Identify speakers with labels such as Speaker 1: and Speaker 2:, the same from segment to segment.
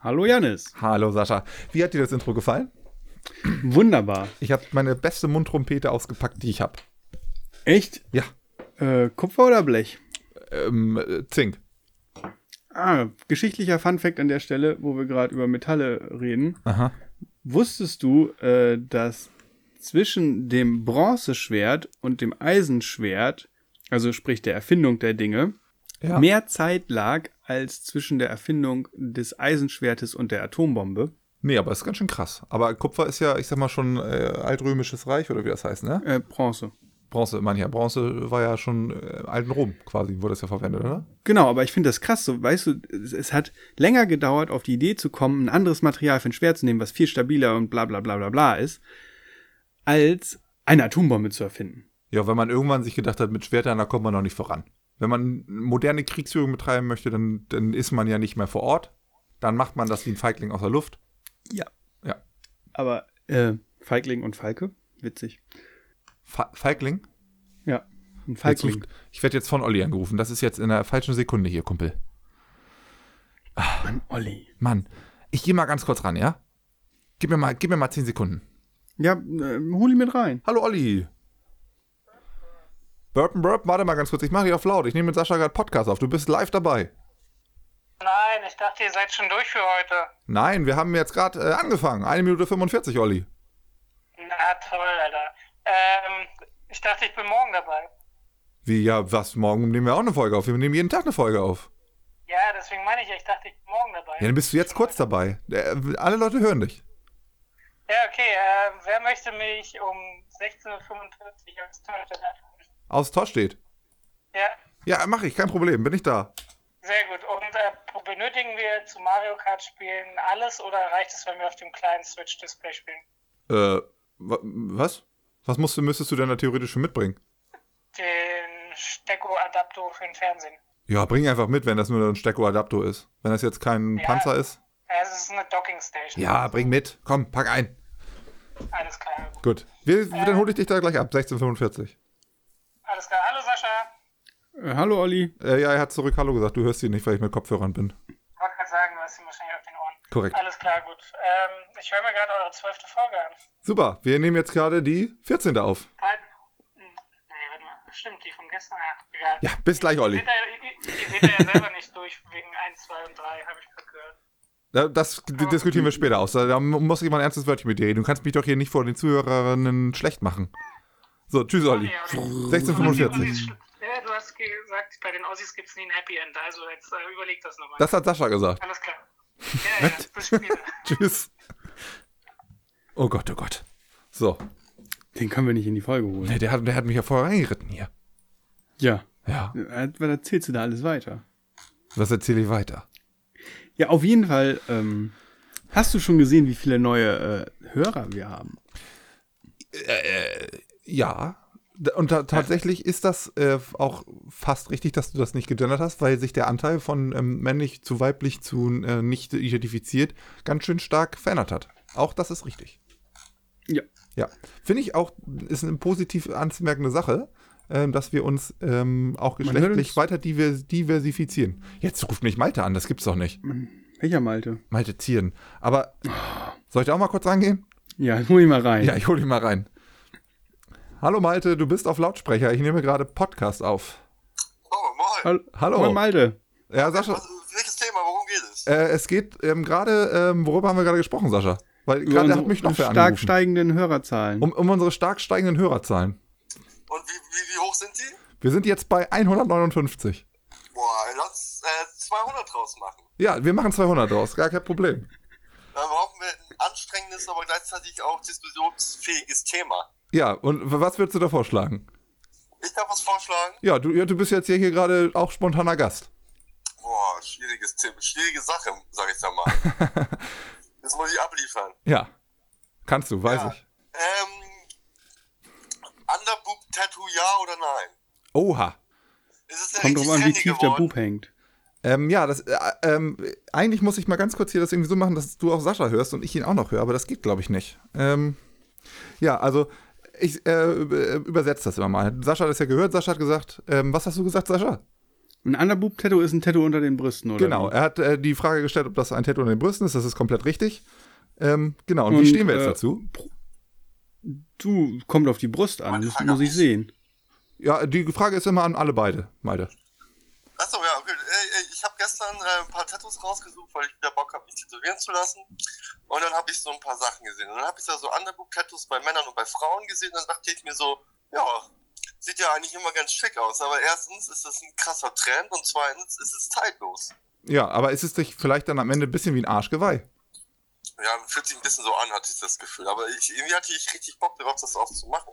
Speaker 1: Hallo Janis.
Speaker 2: Hallo Sascha. Wie hat dir das Intro gefallen?
Speaker 1: Wunderbar.
Speaker 2: Ich habe meine beste Mundtrompete ausgepackt, die ich habe.
Speaker 1: Echt?
Speaker 2: Ja.
Speaker 1: Äh, Kupfer oder Blech?
Speaker 2: Ähm, äh, Zink.
Speaker 1: Ah, geschichtlicher Funfact an der Stelle, wo wir gerade über Metalle reden.
Speaker 2: Aha.
Speaker 1: Wusstest du, äh, dass zwischen dem Bronzeschwert und dem Eisenschwert, also sprich der Erfindung der Dinge,
Speaker 2: Ja.
Speaker 1: mehr Zeit lag als zwischen der Erfindung des Eisenschwertes und der Atombombe?
Speaker 2: Nee, aber ist ganz schön krass. Aber Kupfer ist ja, ich sag mal, schon äh, altrömisches Reich oder wie das heißt, ne?
Speaker 1: Äh, Bronze.
Speaker 2: Bronze, meine ich ja. Bronze war ja schon äh, im alten Rom quasi, wurde das ja verwendet, oder?
Speaker 1: Genau, aber ich finde das krass, so, weißt du, es, es hat länger gedauert, auf die Idee zu kommen, ein anderes Material für ein Schwert zu nehmen, was viel stabiler und bla bla bla bla bla ist, als eine Atombombe zu erfinden.
Speaker 2: Ja, wenn man irgendwann sich gedacht hat, mit Schwertern, da kommt man noch nicht voran. Wenn man moderne Kriegsführung betreiben möchte, dann, dann ist man ja nicht mehr vor Ort. Dann macht man das wie ein Feigling aus der Luft.
Speaker 1: Ja.
Speaker 2: Ja.
Speaker 1: Aber äh, Feigling und Falke, witzig.
Speaker 2: Fa Feigling?
Speaker 1: Ja, ein
Speaker 2: Jetzt
Speaker 1: Feigling.
Speaker 2: ruft- ich werde jetzt von Olli angerufen. Das ist jetzt in der falschen Sekunde hier, Kumpel.
Speaker 1: Mann, Olli.
Speaker 2: Mann, ich gehe mal ganz kurz ran, ja? Gib mir mal, gib mir mal 10 Sekunden.
Speaker 1: Ja, äh, hol ihn mit rein.
Speaker 2: Hallo Olli. Burpen, burpen, warte mal ganz kurz. Ich mache dich auf laut. Ich nehme mit Sascha gerade Podcast auf. Du bist live dabei.
Speaker 3: Nein, ich dachte, ihr seid schon durch für heute.
Speaker 2: Nein, wir haben jetzt gerade äh, angefangen. Eine Minute 45, Olli.
Speaker 3: Na toll, Alter. Ähm, ich dachte, ich bin morgen dabei.
Speaker 2: Wie, ja, was? Morgen nehmen wir auch eine Folge auf. Wir nehmen jeden Tag eine Folge auf.
Speaker 3: Ja, deswegen meine ich, ja, ich dachte, ich bin morgen dabei.
Speaker 2: Ja, dann bist du jetzt kurz dabei. Äh, alle Leute hören dich.
Speaker 3: Ja, okay. Äh, wer möchte mich um 16.45 Uhr als Torhüter anrufen?
Speaker 2: Aus Tor steht.
Speaker 3: Ja,
Speaker 2: Ja, mache ich. Kein Problem. Bin ich da.
Speaker 3: sehr gut. Und äh, benötigen wir zu Mario Kart spielen alles oder reicht es, wenn wir auf dem kleinen Switch-Display spielen?
Speaker 2: Äh, wa- was? Was musst, du- müsstest du denn da theoretisch schon mitbringen?
Speaker 3: Den Stecko-Adapter für den Fernsehen.
Speaker 2: Ja, bring einfach mit, wenn das nur ein Stecko-Adapter ist. Wenn das jetzt kein
Speaker 3: Ja.
Speaker 2: Panzer ist.
Speaker 3: Ja, es ist eine Docking-Station.
Speaker 2: Ja, bring mit. Komm, pack ein.
Speaker 3: Alles klar.
Speaker 2: Gut. Wir, dann hole ich dich da gleich ab. 1645.
Speaker 3: Alles klar. Hallo, Sascha.
Speaker 1: Äh, hallo Olli.
Speaker 2: Äh, ja, er hat zurück Hallo gesagt. Du hörst ihn nicht, weil ich mit Kopfhörern bin.
Speaker 3: Ich wollte gerade sagen, du hast ihn wahrscheinlich auf den Ohren.
Speaker 2: Korrekt.
Speaker 3: Alles klar, gut. Ähm, ich höre mir gerade eure zwölfte Folge an.
Speaker 2: Super. Wir nehmen jetzt gerade die 14. auf.
Speaker 3: Bald. Hm, Nee, warte mal. Stimmt, die von gestern. Ja, egal.
Speaker 2: Ja, bis gleich,
Speaker 3: Ihr
Speaker 2: Olli.
Speaker 3: seht ja- ihr- Ihr seht ja selber nicht durch wegen 1, 2 und 3, habe ich gerade gehört.
Speaker 2: Da- Das d- diskutieren wir später aus. Da da muss ich mal ein ernstes Wörtchen mit dir reden. Du kannst mich doch hier nicht vor den Zuhörerinnen schlecht machen. So, tschüss, Olli.
Speaker 3: Ja, Olli. Die
Speaker 2: 1645.
Speaker 3: Ossis schl- Ja, du hast gesagt, bei den Aussies gibt es nie ein Happy End. Also jetzt äh, überleg das nochmal.
Speaker 2: Das hat Sascha gesagt.
Speaker 3: Alles klar. Ja, ja, bis später.
Speaker 2: Tschüss. Oh Gott, oh Gott. So.
Speaker 1: Den können wir nicht in die Folge holen.
Speaker 2: Nee, der hat, der hat mich ja vorher reingeritten hier.
Speaker 1: Ja.
Speaker 2: Ja.
Speaker 1: Äh, Was erzählst du da alles weiter?
Speaker 2: Was erzähle ich weiter?
Speaker 1: Ja, auf jeden Fall. Ähm, hast du schon gesehen, wie viele neue äh, Hörer wir haben?
Speaker 2: Ja. D- Und ta tatsächlich ist das äh, auch fast richtig, dass du das nicht gegendert hast, weil sich der Anteil von ähm, männlich zu weiblich zu äh, nicht identifiziert ganz schön stark verändert hat. Auch das ist richtig.
Speaker 1: Ja.
Speaker 2: Ja. Finde ich auch, ist eine positiv anzumerkende Sache, ähm, dass wir uns ähm, auch
Speaker 1: Man hört
Speaker 2: geschlechtlich
Speaker 1: uns-
Speaker 2: weiter divers diversifizieren. Jetzt ruft mich Malte an, das gibt's doch nicht.
Speaker 1: Welcher Malte?
Speaker 2: Malte Zieren. Aber
Speaker 1: Oh.
Speaker 2: soll ich da auch mal kurz rangehen?
Speaker 1: Ja, hol ihn mal rein.
Speaker 2: Ja, ich hole dich mal rein. Hallo Malte, du bist auf Lautsprecher. Ich nehme gerade Podcast auf.
Speaker 4: Oh, moin.
Speaker 1: Hallo,
Speaker 2: Hallo.
Speaker 1: Moin, Malte.
Speaker 2: Ja, Sascha,
Speaker 4: Was, welches Thema? Worum geht es?
Speaker 2: äh, es geht ähm, gerade, ähm, worüber haben wir gerade gesprochen, Sascha? Weil
Speaker 1: Über
Speaker 2: gerade
Speaker 1: unsere
Speaker 2: hat mich noch wer
Speaker 1: stark
Speaker 2: angerufen.
Speaker 1: steigenden Hörerzahlen.
Speaker 2: Um, um unsere stark steigenden Hörerzahlen.
Speaker 4: Und wie, wie, wie hoch sind die?
Speaker 2: Wir sind jetzt bei 159.
Speaker 4: Boah, lass äh, 200 draus machen.
Speaker 2: Ja, wir machen 200 draus, gar kein Problem.
Speaker 4: Dann brauchen wir ein anstrengendes, aber gleichzeitig auch diskussionsfähiges Thema.
Speaker 2: Ja, und w- was würdest du da vorschlagen?
Speaker 4: Ich darf was vorschlagen.
Speaker 2: Ja, du, ja, du bist jetzt hier, hier gerade auch spontaner Gast.
Speaker 4: Boah, schwieriges Thema. Schwierige Sache, sag ich da mal. Jetzt muss ich abliefern.
Speaker 2: Ja, kannst du, weiß
Speaker 4: Ja.
Speaker 2: ich.
Speaker 4: Ähm, Underboob-Tattoo ja oder nein?
Speaker 2: Oha.
Speaker 4: Es Äh, ist ja
Speaker 1: Kommt drauf
Speaker 4: richtig
Speaker 1: an, wie
Speaker 4: trendy
Speaker 1: tief der
Speaker 4: geworden.
Speaker 1: Bub hängt.
Speaker 2: Ähm, ja, das, äh, ähm, eigentlich muss ich mal ganz kurz hier das irgendwie so machen, dass du auch Sascha hörst und ich ihn auch noch höre, aber das geht, glaube ich, nicht. Ähm, ja, also ich äh, übersetze das immer mal. Sascha hat das ja gehört. Sascha hat gesagt, ähm, was hast du gesagt, Sascha?
Speaker 1: Ein Underboob-Tattoo ist ein Tattoo unter den Brüsten, oder?
Speaker 2: Genau,
Speaker 1: wie?
Speaker 2: er hat äh, die Frage gestellt, ob das ein Tattoo an den Brüsten ist. Das ist komplett richtig. Ähm, genau, und,
Speaker 1: Und,
Speaker 2: wie stehen wir jetzt
Speaker 1: äh,
Speaker 2: dazu?
Speaker 1: Du, kommt auf die Brust an, das muss ich sehen.
Speaker 2: Ja, die Frage ist immer an alle beide, beide.
Speaker 4: Achso, ja, okay. Äh, äh, Ich habe gestern äh, ein paar Tattoos rausgesucht, weil ich wieder Bock habe, mich tätowieren zu lassen. Und dann habe ich so ein paar Sachen gesehen. Und dann habe ich da so Underbook-Tattoos bei Männern und bei Frauen gesehen. Und dann dachte ich mir so, ja, sieht ja eigentlich immer ganz schick aus. Aber erstens ist das ein krasser Trend und zweitens ist es zeitlos.
Speaker 2: Ja, aber ist es dich vielleicht dann am Ende ein bisschen wie ein Arschgeweih?
Speaker 4: Ja, fühlt sich ein bisschen so an, hatte ich das Gefühl. Aber ich, irgendwie hatte ich richtig Bock darauf, das auch zu machen.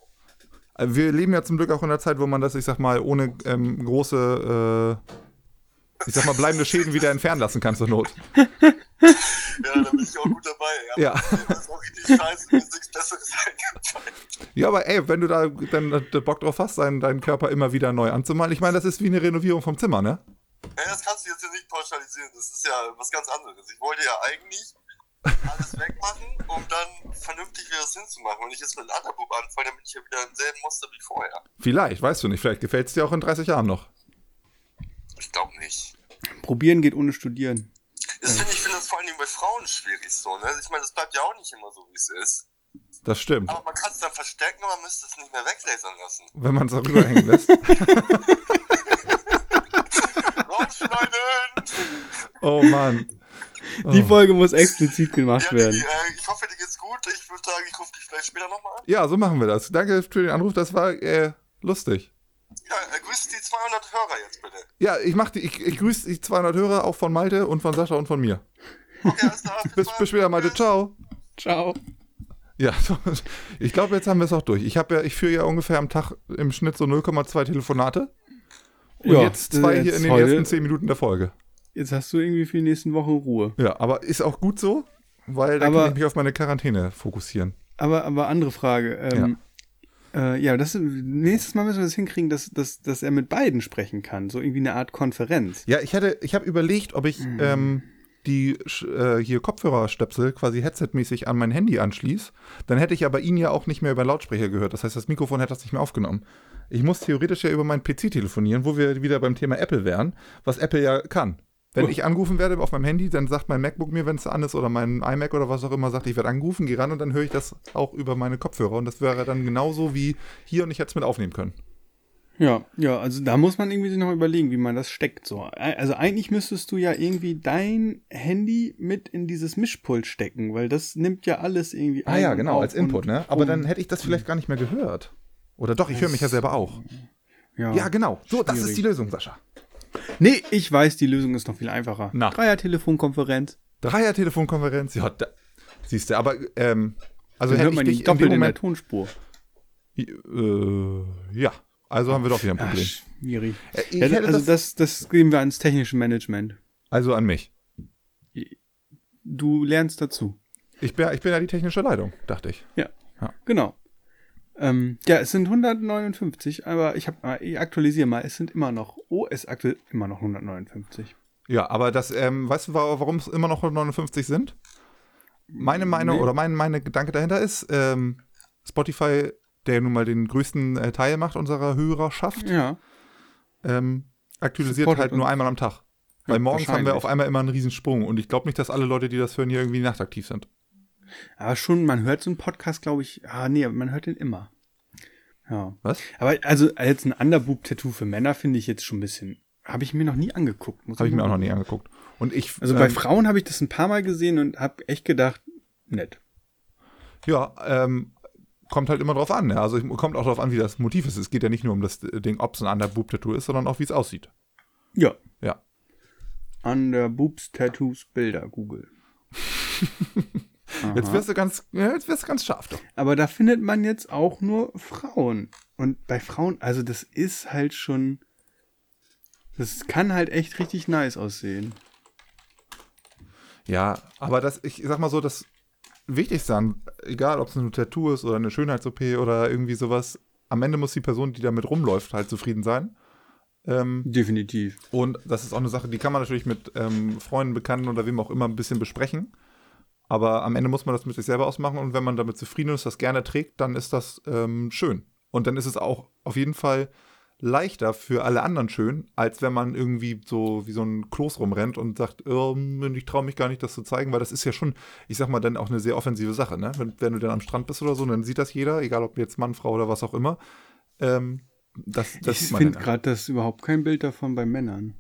Speaker 2: Äh, Wir leben ja zum Glück auch in einer Zeit, wo man das, ich sag mal, ohne ähm, große, äh, ich sag mal, bleibende Schäden wieder entfernen lassen kann zur Not.
Speaker 4: Ja, da bin ich auch gut dabei. Aber
Speaker 2: Ja.
Speaker 4: Das ist auch richtig scheiße, mir ist nichts Besseres eingefallen.
Speaker 2: Ja, aber ey, wenn du da dann äh, Bock drauf hast, deinen, deinen Körper immer wieder neu anzumalen, ich meine, das ist wie eine Renovierung vom Zimmer, ne?
Speaker 4: Ja, das kannst du jetzt ja nicht pauschalisieren. Das ist ja was ganz anderes. Ich wollte ja eigentlich alles wegmachen, um dann vernünftig wieder das hinzumachen. Wenn ich jetzt mit einem anderen Bub anfange, dann bin ich ja wieder im selben Muster wie vorher.
Speaker 2: Vielleicht, weißt du nicht, vielleicht gefällt es dir auch in 30 Jahren noch.
Speaker 4: Ich glaube nicht.
Speaker 1: Probieren geht ohne Studieren.
Speaker 4: Das find, ich finde das vor allem bei Frauen schwierig so. Ne? Ich meine, das bleibt ja auch nicht immer so, wie es ist.
Speaker 2: Das stimmt.
Speaker 4: Aber man kann es dann verstecken und man müsste es nicht mehr weglasern lassen.
Speaker 2: Wenn man es auch rüberhängen lässt.
Speaker 4: Rausschneiden!
Speaker 2: Oh Mann. Oh.
Speaker 1: Die Folge muss explizit gemacht
Speaker 4: ja,
Speaker 1: werden.
Speaker 4: Digi, äh, ich hoffe, dir geht's gut. Ich würde sagen, ich rufe dich vielleicht später nochmal an.
Speaker 2: Ja, so machen wir das. Danke für den Anruf, das war äh, lustig.
Speaker 4: Ja, äh, grüß die 200 Hörer jetzt bitte.
Speaker 2: Ja, ich mach die, ich, ich grüße die 200 Hörer, auch von Malte und von Sascha und von mir.
Speaker 4: Okay, alles klar.
Speaker 2: Bis,
Speaker 4: bald.
Speaker 2: bis später, Malte.
Speaker 4: Tschüss.
Speaker 2: Ciao.
Speaker 1: Ciao.
Speaker 2: Ja, so, ich glaube, jetzt haben wir es auch durch. Ich habe ja, ich führe ja ungefähr am Tag im Schnitt so 0,2 Telefonate. Und
Speaker 1: Ja,
Speaker 2: jetzt zwei
Speaker 1: jetzt
Speaker 2: hier in den
Speaker 1: heute-
Speaker 2: ersten 10 Minuten der Folge.
Speaker 1: Jetzt hast du irgendwie für die nächsten Wochen Ruhe.
Speaker 2: Ja, aber ist auch gut so, weil dann
Speaker 1: Aber-
Speaker 2: kann ich mich auf meine Quarantäne fokussieren.
Speaker 1: Aber, aber andere Frage. Ähm, ja. Äh, ja, das nächstes Mal müssen wir das hinkriegen, dass, dass, dass er mit beiden sprechen kann. So irgendwie eine Art Konferenz.
Speaker 2: Ja, ich hätte, ich habe überlegt, ob ich ähm, die Sch- äh, hier Kopfhörerstöpsel quasi Headset-mäßig an mein Handy anschließe. Dann hätte ich aber ihn ja auch nicht mehr über Lautsprecher gehört. Das heißt, das Mikrofon hätte das nicht mehr aufgenommen. Ich muss theoretisch ja über meinen PC telefonieren, wo wir wieder beim Thema Apple wären, was Apple ja kann. Wenn ich angerufen werde auf meinem Handy, dann sagt mein MacBook mir, wenn es an ist, oder mein iMac oder was auch immer, sagt, ich werde angerufen, geh ran und dann höre ich das auch über meine Kopfhörer. Und das wäre dann genauso wie hier und ich hätte es mit aufnehmen können.
Speaker 1: Ja, ja, also da muss man irgendwie sich noch überlegen, wie man das steckt. So. Also eigentlich müsstest du ja irgendwie dein Handy mit in dieses Mischpult stecken, weil das nimmt ja alles irgendwie
Speaker 2: Ah
Speaker 1: ein
Speaker 2: ja,
Speaker 1: und
Speaker 2: genau,
Speaker 1: auf
Speaker 2: als Input,
Speaker 1: und
Speaker 2: ne? Aber
Speaker 1: um.
Speaker 2: dann hätte ich das vielleicht gar nicht mehr gehört. Oder doch, ich höre mich ja selber auch.
Speaker 1: ja.
Speaker 2: Ja, genau. So, das
Speaker 1: Ah, Schwierig.
Speaker 2: ist die Lösung, Sascha.
Speaker 1: Nee, ich weiß, die Lösung ist noch viel einfacher.
Speaker 2: Na.
Speaker 1: Dreier-Telefonkonferenz.
Speaker 2: Dreier-Telefonkonferenz. Ja, da. Siehst du, aber, ähm, also
Speaker 1: Dann
Speaker 2: hätte
Speaker 1: hört
Speaker 2: ich
Speaker 1: man
Speaker 2: dich
Speaker 1: die
Speaker 2: in dem
Speaker 1: doppelt in der
Speaker 2: Moment.
Speaker 1: Tonspur.
Speaker 2: Äh, ja, also haben wir doch wieder ein
Speaker 1: Ja,
Speaker 2: Problem.
Speaker 1: schwierig.
Speaker 2: Äh, ich
Speaker 1: Ja,
Speaker 2: hätte
Speaker 1: Ah, also
Speaker 2: das,
Speaker 1: das, das geben wir ans technische Management.
Speaker 2: also an mich.
Speaker 1: Du lernst dazu.
Speaker 2: Ich bin, ja- ich bin ja die technische Leitung, dachte ich.
Speaker 1: Ja,
Speaker 2: Ja.
Speaker 1: genau. Ähm, ja, es sind 159, aber ich habe mal, ich aktualisiere mal, es sind immer noch, oh, es aktuell immer noch 159.
Speaker 2: Ja, aber das, ähm, weißt du, wa- warum es immer noch 159 sind? Meine Meinung
Speaker 1: Nee.
Speaker 2: oder mein meine Gedanke dahinter ist, ähm, Spotify, der nun mal den größten äh, Teil macht unserer Hörerschaft,
Speaker 1: Ja,
Speaker 2: ähm, aktualisiert
Speaker 1: Supportet
Speaker 2: halt nur
Speaker 1: uns.
Speaker 2: einmal am Tag.
Speaker 1: Ja,
Speaker 2: Weil morgens haben wir
Speaker 1: wahrscheinlich.
Speaker 2: auf einmal immer einen Riesensprung und ich glaube nicht, dass alle Leute, die das hören, hier irgendwie nachtaktiv sind.
Speaker 1: aber schon, man hört so einen Podcast, glaube ich, ah, nee, man hört den immer. Ja.
Speaker 2: Was?
Speaker 1: Aber also jetzt ein Underboob-Tattoo für Männer finde ich jetzt schon ein bisschen, habe ich mir noch nie angeguckt. muss
Speaker 2: Habe ich mir auch
Speaker 1: mal-
Speaker 2: noch nie angeguckt. Und ich,
Speaker 1: Mhm. Also bei
Speaker 2: ähm,
Speaker 1: Frauen habe ich das ein paar Mal gesehen und habe echt gedacht, nett.
Speaker 2: ja, ähm, kommt halt immer drauf an. Ja? Also ich, kommt auch drauf an, wie das Motiv ist. Es geht ja nicht nur um das Ding, ob es ein Underboob-Tattoo ist, sondern auch, wie es aussieht.
Speaker 1: Ja.
Speaker 2: Ja.
Speaker 1: Underboobs, Tattoos, Bilder, Google. Aha.
Speaker 2: Jetzt wirst du ganz, ja, jetzt wirst du ganz scharf. Doch.
Speaker 1: Aber da findet man jetzt auch nur Frauen. Und bei Frauen, also das ist halt schon. Das kann halt echt richtig nice aussehen.
Speaker 2: Ja, aber das, ich sag mal so, das Wichtigste an, egal ob es ein Tattoo ist oder eine Schönheits-OP oder irgendwie sowas, am Ende muss die Person, die damit rumläuft, halt zufrieden sein. Ähm,
Speaker 1: Definitiv.
Speaker 2: Und das ist auch eine Sache, die kann man natürlich mit ähm, Freunden, Bekannten oder wem auch immer ein bisschen besprechen. Aber am Ende muss man das mit sich selber ausmachen und wenn man damit zufrieden ist, das gerne trägt, dann ist das ähm, schön. Und dann ist es auch auf jeden Fall leichter für alle anderen schön, als wenn man irgendwie so wie so ein Kloß rumrennt und sagt, ähm, ich traue mich gar nicht, das zu zeigen, weil das ist ja schon, ich sag mal, dann auch eine sehr offensive Sache. Ne? Wenn, wenn du dann am Strand bist oder so, dann sieht das jeder, egal ob jetzt Mann, Frau oder was auch immer. Ähm, das, das
Speaker 1: ich
Speaker 2: sieht man
Speaker 1: finde
Speaker 2: dann.
Speaker 1: gerade das ist überhaupt kein Bild davon bei Männern.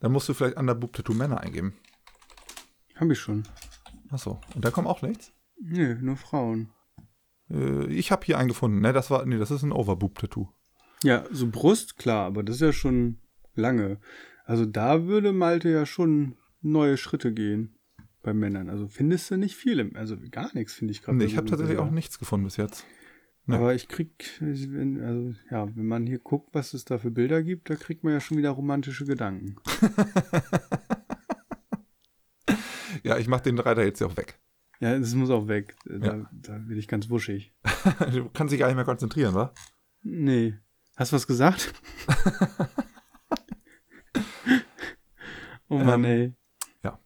Speaker 2: Dann musst du vielleicht Underboob Tattoo Männer eingeben.
Speaker 1: Hab ich schon.
Speaker 2: Achso, und da kommt auch nichts.
Speaker 1: Nö, nur Frauen.
Speaker 2: Äh, ich habe hier einen gefunden, ne? Das war, nee, das ist ein Overboob Tattoo.
Speaker 1: Ja, so Brust, klar, aber das ist ja schon lange. Also da würde Malte ja schon neue Schritte gehen bei Männern. Also findest du nicht viele, also gar nichts finde ich gerade. bei
Speaker 2: Nee,
Speaker 1: also
Speaker 2: ich habe
Speaker 1: Google
Speaker 2: tatsächlich
Speaker 1: selber.
Speaker 2: auch nichts gefunden bis jetzt. ne.
Speaker 1: Aber ich krieg, wenn- also ja, wenn man hier guckt, was es da für Bilder gibt, da kriegt man ja schon wieder romantische Gedanken.
Speaker 2: Ja, ich mache den Reiter jetzt ja auch weg.
Speaker 1: Ja, das muss auch weg. Da,
Speaker 2: Ja.
Speaker 1: da bin ich ganz wuschig.
Speaker 2: Du kannst dich gar nicht mehr konzentrieren, wa?
Speaker 1: Nee. Hast du was gesagt? oh Mann, ey.
Speaker 2: Ähm, ja.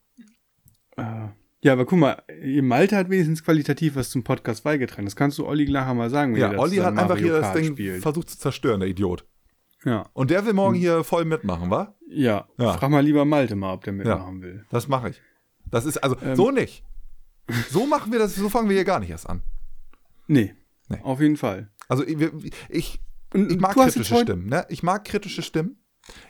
Speaker 1: Äh, Ja, aber guck mal, Malte hat wenigstens qualitativ was zum Podcast beigetragen. Das kannst du Olli Glacher mal sagen, wenn
Speaker 2: Ja,
Speaker 1: ihr das
Speaker 2: Olli hat
Speaker 1: zusammen
Speaker 2: einfach
Speaker 1: Mario
Speaker 2: hier das
Speaker 1: Kart
Speaker 2: Ding
Speaker 1: spielt.
Speaker 2: versucht zu zerstören, der Idiot.
Speaker 1: Ja,
Speaker 2: Und der will morgen
Speaker 1: Hm.
Speaker 2: hier voll mitmachen, wa?
Speaker 1: ja.
Speaker 2: Ja.
Speaker 1: Frag mal lieber Malte mal, ob der
Speaker 2: Ja.
Speaker 1: mitmachen will.
Speaker 2: Das mache ich. Das ist also
Speaker 1: Ähm.
Speaker 2: so nicht. So machen wir das, so fangen wir hier gar nicht erst an.
Speaker 1: Nee,
Speaker 2: Nee.
Speaker 1: auf jeden Fall.
Speaker 2: Also ich, ich,
Speaker 1: Und
Speaker 2: ich mag
Speaker 1: du hast jetzt
Speaker 2: kritische
Speaker 1: heute-
Speaker 2: Stimmen, ne? Ich mag kritische Stimmen.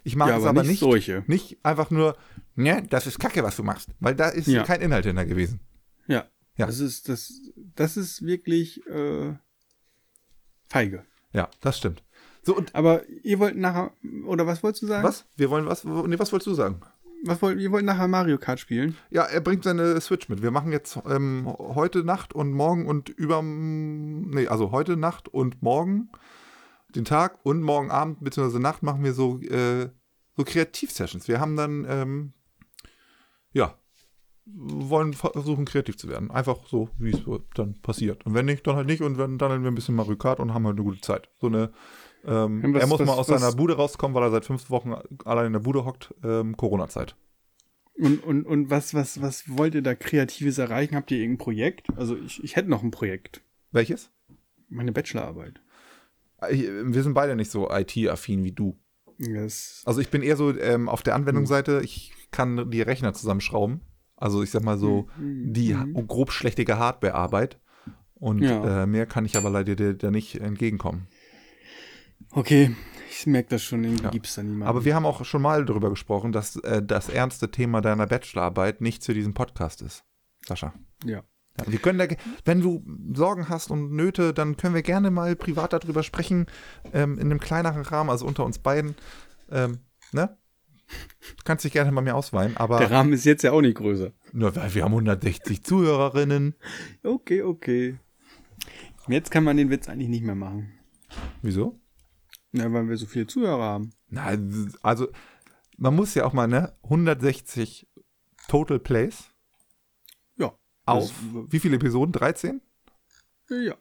Speaker 2: Ich mag
Speaker 1: Ja,
Speaker 2: es
Speaker 1: aber
Speaker 2: aber
Speaker 1: nicht
Speaker 2: nicht,
Speaker 1: solche.
Speaker 2: nicht einfach nur, ne, das ist Kacke, was du machst, weil da ist
Speaker 1: Ja.
Speaker 2: kein Inhalt hinter gewesen.
Speaker 1: Ja.
Speaker 2: Ja.
Speaker 1: Das ist, das, das ist wirklich äh, feige.
Speaker 2: Ja, das stimmt. So und
Speaker 1: Aber ihr wollt nachher, oder was wolltest du sagen?
Speaker 2: was? Wir wollen was? Nee, was wolltest du sagen?
Speaker 1: was wollt, ihr wollt nachher Mario Kart spielen?
Speaker 2: Ja, er bringt seine Switch mit. Wir machen jetzt ähm, heute Nacht und morgen und über. Nee, also heute Nacht und morgen, den Tag und morgen Abend bzw. Nacht machen wir so, äh, so Kreativ-Sessions. Wir haben dann, ähm, ja, wollen versuchen, kreativ zu werden. Einfach so, wie es so dann passiert. Und wenn nicht, dann halt nicht. Und wenn, dann haben wir ein bisschen Mario Kart und haben halt eine gute Zeit. So eine. Ähm,
Speaker 1: Und was-
Speaker 2: er muss
Speaker 1: was-
Speaker 2: mal aus
Speaker 1: was-
Speaker 2: seiner Bude rauskommen, weil er seit fünf Wochen allein in der Bude hockt. Ähm, Corona-Zeit.
Speaker 1: Und, und, und was, was, was wollt ihr da Kreatives erreichen? Habt ihr irgendein Projekt? Also ich, ich hätte noch ein Projekt.
Speaker 2: Welches?
Speaker 1: Meine Bachelorarbeit.
Speaker 2: Äh, Wir sind beide nicht so IT-affin wie du.
Speaker 1: Das,
Speaker 2: Also ich bin eher so ähm, auf der Anwendungsseite, ich kann die Rechner zusammenschrauben. Also ich sag mal so
Speaker 1: Mhm.
Speaker 2: die ha- grob schlechtige Hardwarearbeit. Und
Speaker 1: Ja.
Speaker 2: äh, mehr kann ich aber leider dir da nicht entgegenkommen.
Speaker 1: okay, ich merke das schon, irgendwie
Speaker 2: Ja.
Speaker 1: gibt's da niemanden.
Speaker 2: Aber wir haben auch schon mal darüber gesprochen, dass äh, das ernste Thema deiner Bachelorarbeit nicht für diesen Podcast ist. Sascha.
Speaker 1: ja.
Speaker 2: Ja, wir können da, ge- wenn du Sorgen hast und Nöte, dann können wir gerne mal privat darüber sprechen, ähm, in einem kleineren Rahmen, also unter uns beiden. Ähm, ne? Du kannst dich gerne bei mir ausweinen,
Speaker 1: Der
Speaker 2: aber
Speaker 1: Rahmen ist jetzt ja auch nicht größer.
Speaker 2: nur weil wir haben 160 Zuhörerinnen.
Speaker 1: Okay, okay. Jetzt kann man den Witz eigentlich nicht mehr machen.
Speaker 2: Wieso?
Speaker 1: Na, weil wir so viele Zuhörer haben.
Speaker 2: Na, also man muss ja auch mal, ne? 160 Total Plays
Speaker 1: Ja.
Speaker 2: auf.
Speaker 1: Das-
Speaker 2: Wie viele Episoden? 13?
Speaker 1: Ja,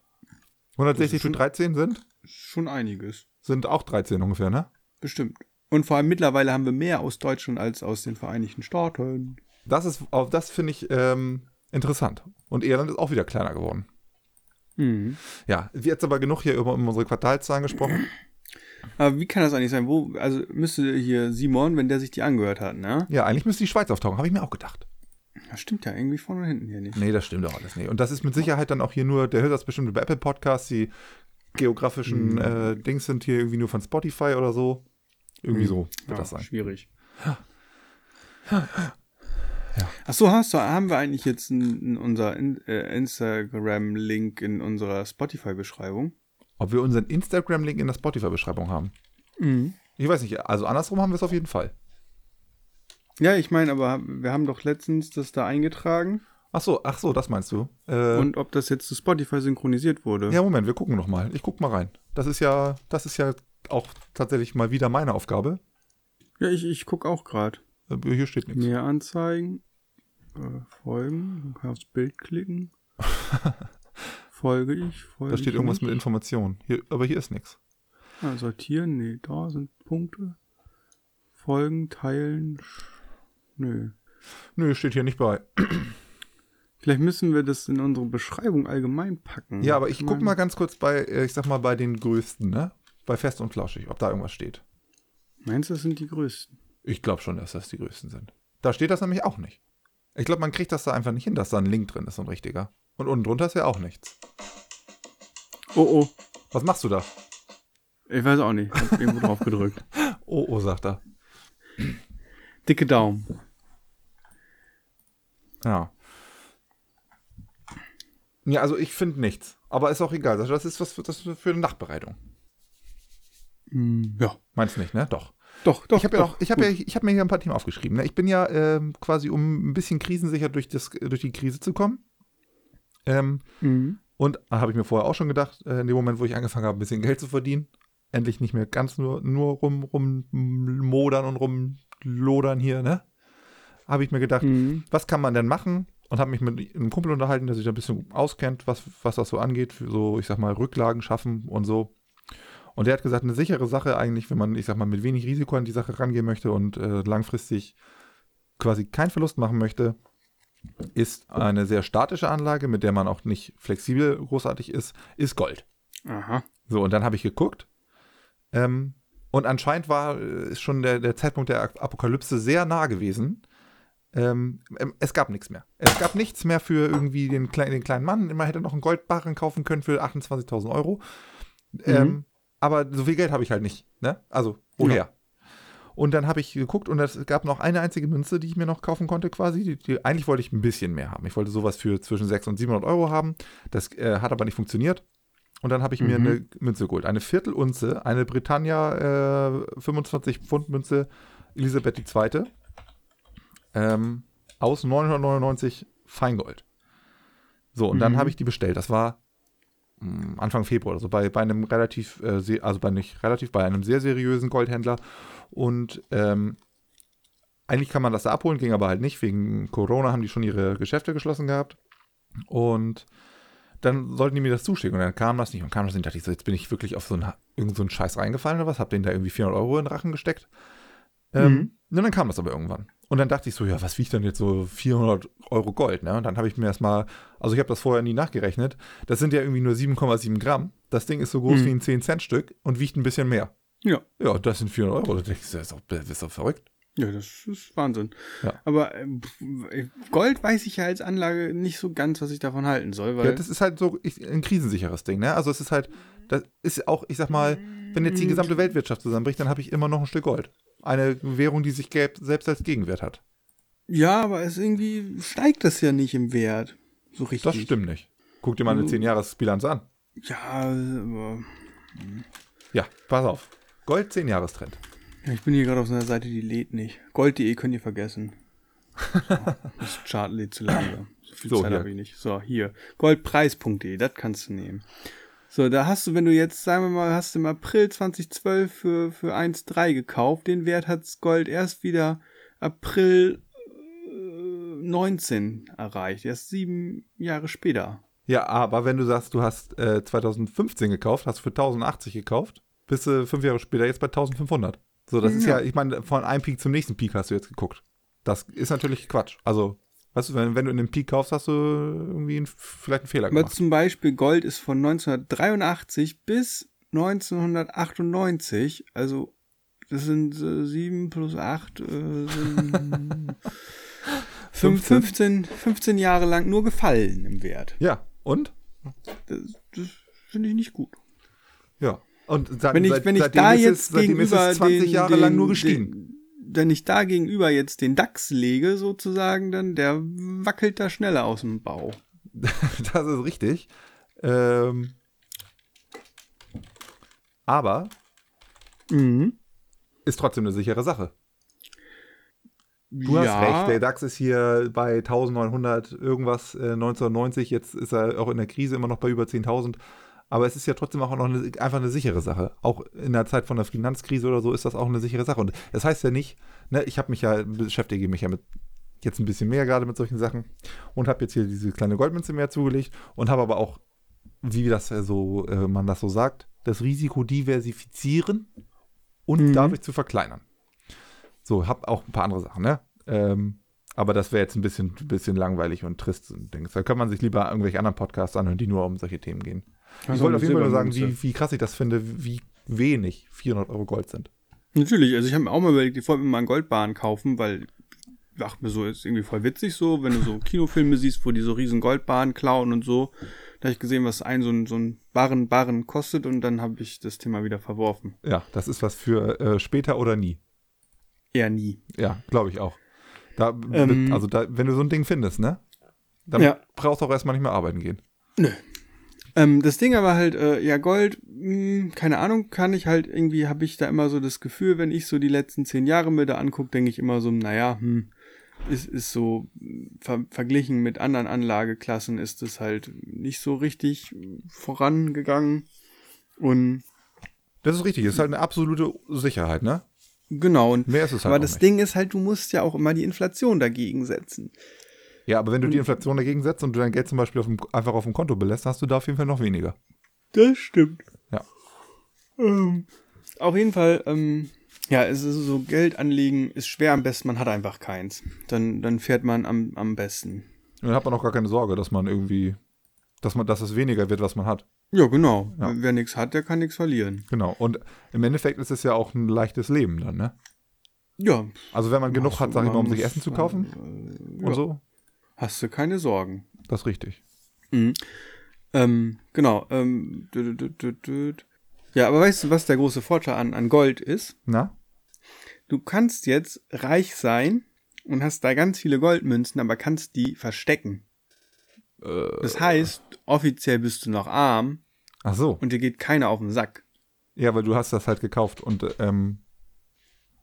Speaker 2: 160 zu 13 sind?
Speaker 1: schon einiges.
Speaker 2: Sind auch 13 ungefähr, ne?
Speaker 1: Bestimmt. Und vor allem mittlerweile haben wir mehr aus Deutschland als aus den Vereinigten Staaten.
Speaker 2: Das ist, auf das finde ich ähm, interessant. Und Irland ist auch wieder kleiner geworden.
Speaker 1: Mhm.
Speaker 2: Ja, jetzt aber genug hier über um unsere Quartalszahlen gesprochen.
Speaker 1: Aber wie kann das eigentlich sein? Wo, also müsste hier Simon, wenn der sich die angehört hat, ne?
Speaker 2: Ja, eigentlich müsste die Schweiz auftauchen, habe ich mir auch gedacht.
Speaker 1: Das stimmt ja irgendwie vorne und hinten hier nicht.
Speaker 2: Nee, das stimmt doch alles nicht. Und das ist mit Sicherheit dann auch hier nur, der hört das bestimmt über Apple Podcasts, die geografischen
Speaker 1: Hm.
Speaker 2: äh, Dings sind hier irgendwie nur von Spotify oder so. Irgendwie so wird
Speaker 1: Ja,
Speaker 2: das sein.
Speaker 1: Schwierig. Ach so, hast du, haben wir eigentlich jetzt n- n- unser in, äh, Instagram-Link in unserer Spotify-Beschreibung?
Speaker 2: Ob wir unseren Instagram-Link in der Spotify-Beschreibung haben? Ich weiß nicht, also andersrum haben wir es auf jeden Fall.
Speaker 1: Ja, ich meine, aber wir haben doch letztens das da eingetragen
Speaker 2: Ach so, ach so, das meinst du. Äh,
Speaker 1: und ob das jetzt zu Spotify synchronisiert wurde.
Speaker 2: Ja, Moment, wir gucken noch mal. Ich guck mal rein. Das ist ja, das ist ja auch tatsächlich mal wieder meine Aufgabe.
Speaker 1: Ja, ich, ich guck auch gerade.
Speaker 2: Äh, Hier steht nichts.
Speaker 1: Mehr anzeigen, äh, folgen, man kann aufs Bild klicken. folge ich, folge
Speaker 2: Da steht
Speaker 1: ich
Speaker 2: irgendwas mit
Speaker 1: nicht.
Speaker 2: Informationen. Hier, aber hier ist nichts.
Speaker 1: Ah, sortieren, nee, da sind Punkte. Folgen, teilen, sch- nö.
Speaker 2: Nö, steht hier nicht bei.
Speaker 1: Vielleicht müssen wir das in unsere Beschreibung allgemein packen.
Speaker 2: Ja, aber ich guck
Speaker 1: meine-
Speaker 2: mal ganz kurz bei, äh, ich sag mal, bei den größten, ne? Bei Fest und Flauschig, ob da irgendwas steht.
Speaker 1: Meinst du, das sind die größten?
Speaker 2: Ich glaube schon, dass das die größten sind. Da steht das nämlich auch nicht. Ich glaube, man kriegt das da einfach nicht hin, dass da ein Link drin ist, so ein richtiger. Und unten drunter ist ja auch nichts.
Speaker 1: Oh, oh.
Speaker 2: Was machst du da?
Speaker 1: Ich weiß auch nicht. Hab irgendwo drauf gedrückt.
Speaker 2: Oh, oh, sagt er.
Speaker 1: Dicke Daumen.
Speaker 2: Ja. Ja, also ich finde nichts. Aber ist auch egal. Sascha, Das ist was für, das ist für eine Nachbereitung.
Speaker 1: Hm, ja.
Speaker 2: Meinst nicht, ne? Doch.
Speaker 1: Doch, doch.
Speaker 2: ich habe ja,
Speaker 1: doch,
Speaker 2: noch- ich hab
Speaker 1: gut.
Speaker 2: ja, ich hab mir hier ein paar Themen aufgeschrieben. Ne? Ich bin ja ähm, quasi, um ein bisschen krisensicher durch, das, durch die Krise zu kommen. Ähm,
Speaker 1: Mhm.
Speaker 2: und habe ich mir vorher auch schon gedacht, äh, in dem Moment, wo ich angefangen habe, ein bisschen Geld zu verdienen, endlich nicht mehr ganz nur, nur rum, rummodern und rumlodern hier, ne? Habe ich mir gedacht,
Speaker 1: Mhm.
Speaker 2: was kann man denn machen? Und habe mich mit einem Kumpel unterhalten, der sich da ein bisschen auskennt, was, was das so angeht, für so, ich sag mal, Rücklagen schaffen und so. Und der hat gesagt, eine sichere Sache eigentlich, wenn man, ich sag mal, mit wenig Risiko an die Sache rangehen möchte und äh, langfristig quasi keinen Verlust machen möchte, ist eine sehr statische Anlage, mit der man auch nicht flexibel großartig ist, ist Gold.
Speaker 1: Aha.
Speaker 2: So, und dann habe ich geguckt. Ähm, und anscheinend war äh, ist schon der, der Zeitpunkt der Ap- Apokalypse sehr nah gewesen. Ähm, ähm, es gab nichts mehr. Es gab nichts mehr für irgendwie den, Kle den kleinen Mann. Man hätte noch einen Goldbarren kaufen können für 28.000 Euro. Ähm, aber so viel Geld habe ich halt nicht. Ne? Also, woher?
Speaker 1: Ja.
Speaker 2: Und dann habe ich geguckt und es gab noch eine einzige Münze, die ich mir noch kaufen konnte quasi. Die, die, eigentlich wollte ich ein bisschen mehr haben. Ich wollte sowas für zwischen 600 und 700 Euro haben. Das äh, hat aber nicht funktioniert. Und dann habe ich mir
Speaker 1: Mhm.
Speaker 2: eine Münze geholt. Eine Viertelunze, eine Britannia äh, 25 Pfund Münze, Elisabeth II. Ähm, aus 999 Feingold. So, und dann
Speaker 1: Mhm.
Speaker 2: habe ich die bestellt. Das war mh, Anfang Februar, also bei, bei einem relativ, äh, se- also bei nicht relativ, bei einem sehr seriösen Goldhändler. Und ähm, eigentlich kann man das da abholen, ging aber halt nicht. Wegen Corona haben die schon ihre Geschäfte geschlossen gehabt. Und dann sollten die mir das zuschicken. Und dann kam das nicht und kam das nicht. Und dachte ich so, jetzt bin ich wirklich auf so einen, irgend so einen Scheiß reingefallen oder was? Hab denen da irgendwie 400 Euro in den Rachen gesteckt. Ähm,
Speaker 1: Mhm.
Speaker 2: Und dann kam das aber irgendwann. Und dann dachte ich so, ja, was wiegt denn jetzt so 400 Euro Gold? Ne? Und dann habe ich mir erstmal, also ich habe das vorher nie nachgerechnet, das sind ja irgendwie nur 7,7 Gramm. Das Ding ist so groß
Speaker 1: Mhm.
Speaker 2: wie ein 10-Cent-Stück und wiegt ein bisschen mehr.
Speaker 1: Ja.
Speaker 2: Ja, das sind 400 Euro. Da denke ich, so, ist doch- bist doch verrückt.
Speaker 1: Ja, das ist Wahnsinn.
Speaker 2: Ja.
Speaker 1: Aber ähm, pf, Gold weiß ich ja als Anlage nicht so ganz, was ich davon halten soll, weil
Speaker 2: Ja, das ist halt so ich, ein krisensicheres Ding, ne? Also es ist halt, das ist auch, ich sag mal, wenn jetzt die gesamte Weltwirtschaft zusammenbricht, dann habe ich immer noch ein Stück Gold. Eine Währung, die sich gäb- selbst als Gegenwert hat.
Speaker 1: ja, aber es irgendwie steigt das ja nicht im Wert. So richtig.
Speaker 2: Das stimmt nicht. Guck dir mal eine
Speaker 1: Mhm.
Speaker 2: 10-Jahres-Bilanz an.
Speaker 1: Ja, aber
Speaker 2: Ja, pass auf. Gold 10-Jahres-Trend.
Speaker 1: ja, ich bin hier gerade auf so einer Seite, die lädt nicht. Gold.de könnt ihr vergessen. So, das Chart lädt zu langsam. So viel
Speaker 2: So,
Speaker 1: Zeit
Speaker 2: hier.
Speaker 1: habe ich nicht. So, hier. Goldpreis.de, das kannst du nehmen. So, da hast du, wenn du jetzt, sagen wir mal, hast du im April 2012 für, für 1,3 gekauft, den Wert hat's Gold erst wieder April äh, 19 erreicht, erst sieben Jahre später.
Speaker 2: Ja, aber wenn du sagst, du hast äh, 2015 gekauft, hast du für 1080 gekauft, bist du fünf Jahre später jetzt bei 1500. So, das ist ja, ich meine, von einem Peak zum nächsten Peak hast du jetzt geguckt. Das ist natürlich Quatsch. Also, weißt du, wenn, wenn du in den Peak kaufst, hast du irgendwie einen, vielleicht einen Fehler
Speaker 1: Aber
Speaker 2: gemacht.
Speaker 1: zum Beispiel Gold ist von 1983 bis 1998, also das sind äh, 7 plus 8, äh, sind 5, 15, 15 Jahre lang nur gefallen im Wert.
Speaker 2: Ja, und?
Speaker 1: Das, das finde ich nicht gut.
Speaker 2: Ja. Und seit,
Speaker 1: wenn ich,
Speaker 2: seit-
Speaker 1: wenn ich
Speaker 2: seitdem
Speaker 1: da
Speaker 2: ist
Speaker 1: jetzt
Speaker 2: es, seitdem ist
Speaker 1: gegenüber
Speaker 2: es 20
Speaker 1: den,
Speaker 2: Jahre
Speaker 1: den,
Speaker 2: lang nur gestiegen.
Speaker 1: Den, wenn ich da gegenüber jetzt den DAX lege, sozusagen, dann der wackelt da schneller aus dem Bau.
Speaker 2: das ist richtig. Ähm, aber
Speaker 1: Mhm.
Speaker 2: ist trotzdem eine sichere Sache. Du hast recht, der DAX ist hier bei 1900 irgendwas äh, 1990, jetzt ist er auch in der Krise immer noch bei über 10.000, aber es ist ja trotzdem auch noch eine, einfach eine sichere Sache. Auch in der Zeit von der Finanzkrise oder so ist das auch eine sichere Sache und das heißt ja nicht, ne, ich habe mich ja beschäftige mich ja mit jetzt ein bisschen mehr gerade mit solchen Sachen und habe jetzt hier diese kleine Goldmünze mehr zugelegt und habe aber auch wie das ja so äh, man das so sagt, das Risiko diversifizieren und
Speaker 1: Mhm.
Speaker 2: dadurch zu verkleinern. So, hab auch ein paar andere Sachen, ne? Ähm, Aber das wäre jetzt ein bisschen, bisschen langweilig und trist. Und Dings. Da kann man sich lieber irgendwelche anderen Podcasts anhören, die nur um solche Themen gehen. ich
Speaker 1: Also
Speaker 2: wollte auf
Speaker 1: eine
Speaker 2: jeden Fall nur sagen,
Speaker 1: Silbermünze.
Speaker 2: wie, wie krass ich das finde, wie wenig 400 Euro Gold sind.
Speaker 1: Natürlich, also ich habe mir auch mal überlegt, ich wollte mir mal einen Goldbahn kaufen, weil ich dachte mir so, ist irgendwie voll witzig so, wenn du so Kinofilme siehst, wo die so riesen Goldbahnen klauen und so. Da habe ich gesehen, was ein so ein, so ein Barren Barren kostet und dann habe ich das Thema wieder verworfen.
Speaker 2: Ja, das ist was für äh, später oder nie.
Speaker 1: Eher nie.
Speaker 2: Ja, glaube ich auch. Da, b-
Speaker 1: Ähm.
Speaker 2: also da, wenn du so ein Ding findest, ne? Dann
Speaker 1: Ja.
Speaker 2: brauchst du auch erstmal nicht mehr arbeiten gehen.
Speaker 1: Ähm, das Ding aber halt, äh, ja, Gold, mh, keine Ahnung, kann ich halt irgendwie, habe ich da immer so das Gefühl, wenn ich so die letzten zehn Jahre mir da angucke, denke ich immer so, naja, hm, ist, ist so mh, ver verglichen mit anderen Anlageklassen ist es halt nicht so richtig mh, vorangegangen. Und
Speaker 2: Das ist richtig, das ist halt eine absolute Sicherheit, ne?
Speaker 1: genau, und
Speaker 2: Mehr ist es halt
Speaker 1: aber
Speaker 2: auch
Speaker 1: das
Speaker 2: nicht.
Speaker 1: Ding ist halt, du musst ja auch immer die Inflation dagegen setzen.
Speaker 2: Ja, aber wenn du die Inflation dagegen setzt und du dein Geld zum Beispiel auf dem, einfach auf dem Konto belässt, hast du da auf jeden Fall noch weniger.
Speaker 1: Das stimmt.
Speaker 2: Ja.
Speaker 1: Ähm, auf jeden Fall, ähm, ja, es ist so, Geld anlegen ist schwer am besten, man hat einfach keins. Dann, dann fährt man am, am besten.
Speaker 2: Und dann hat man auch gar keine Sorge, dass man irgendwie, dass man, dass es weniger wird, was man hat.
Speaker 1: Ja, genau.
Speaker 2: Ja.
Speaker 1: Wer nichts hat, der kann nichts verlieren.
Speaker 2: Genau. Und im Endeffekt ist es ja auch ein leichtes Leben dann, ne?
Speaker 1: Ja.
Speaker 2: Also wenn man genug
Speaker 1: Hast
Speaker 2: hat,
Speaker 1: du-
Speaker 2: sag ich mal, um
Speaker 1: man
Speaker 2: sich
Speaker 1: muss-
Speaker 2: Essen zu kaufen
Speaker 1: äh,
Speaker 2: und
Speaker 1: ja,
Speaker 2: so,
Speaker 1: Hast du keine Sorgen.
Speaker 2: das ist richtig.
Speaker 1: Mhm. Ähm, genau. Ähm, dü- dü- dü- dü- dü. ja, aber weißt du, was der große Vorteil an, an Gold ist?
Speaker 2: Na?
Speaker 1: Du kannst jetzt reich sein und hast da ganz viele Goldmünzen, aber kannst die verstecken.
Speaker 2: Äh.
Speaker 1: Das heißt, offiziell bist du noch arm
Speaker 2: Ach so.
Speaker 1: und dir geht keiner auf den Sack.
Speaker 2: Ja, weil du hast das halt gekauft und ähm,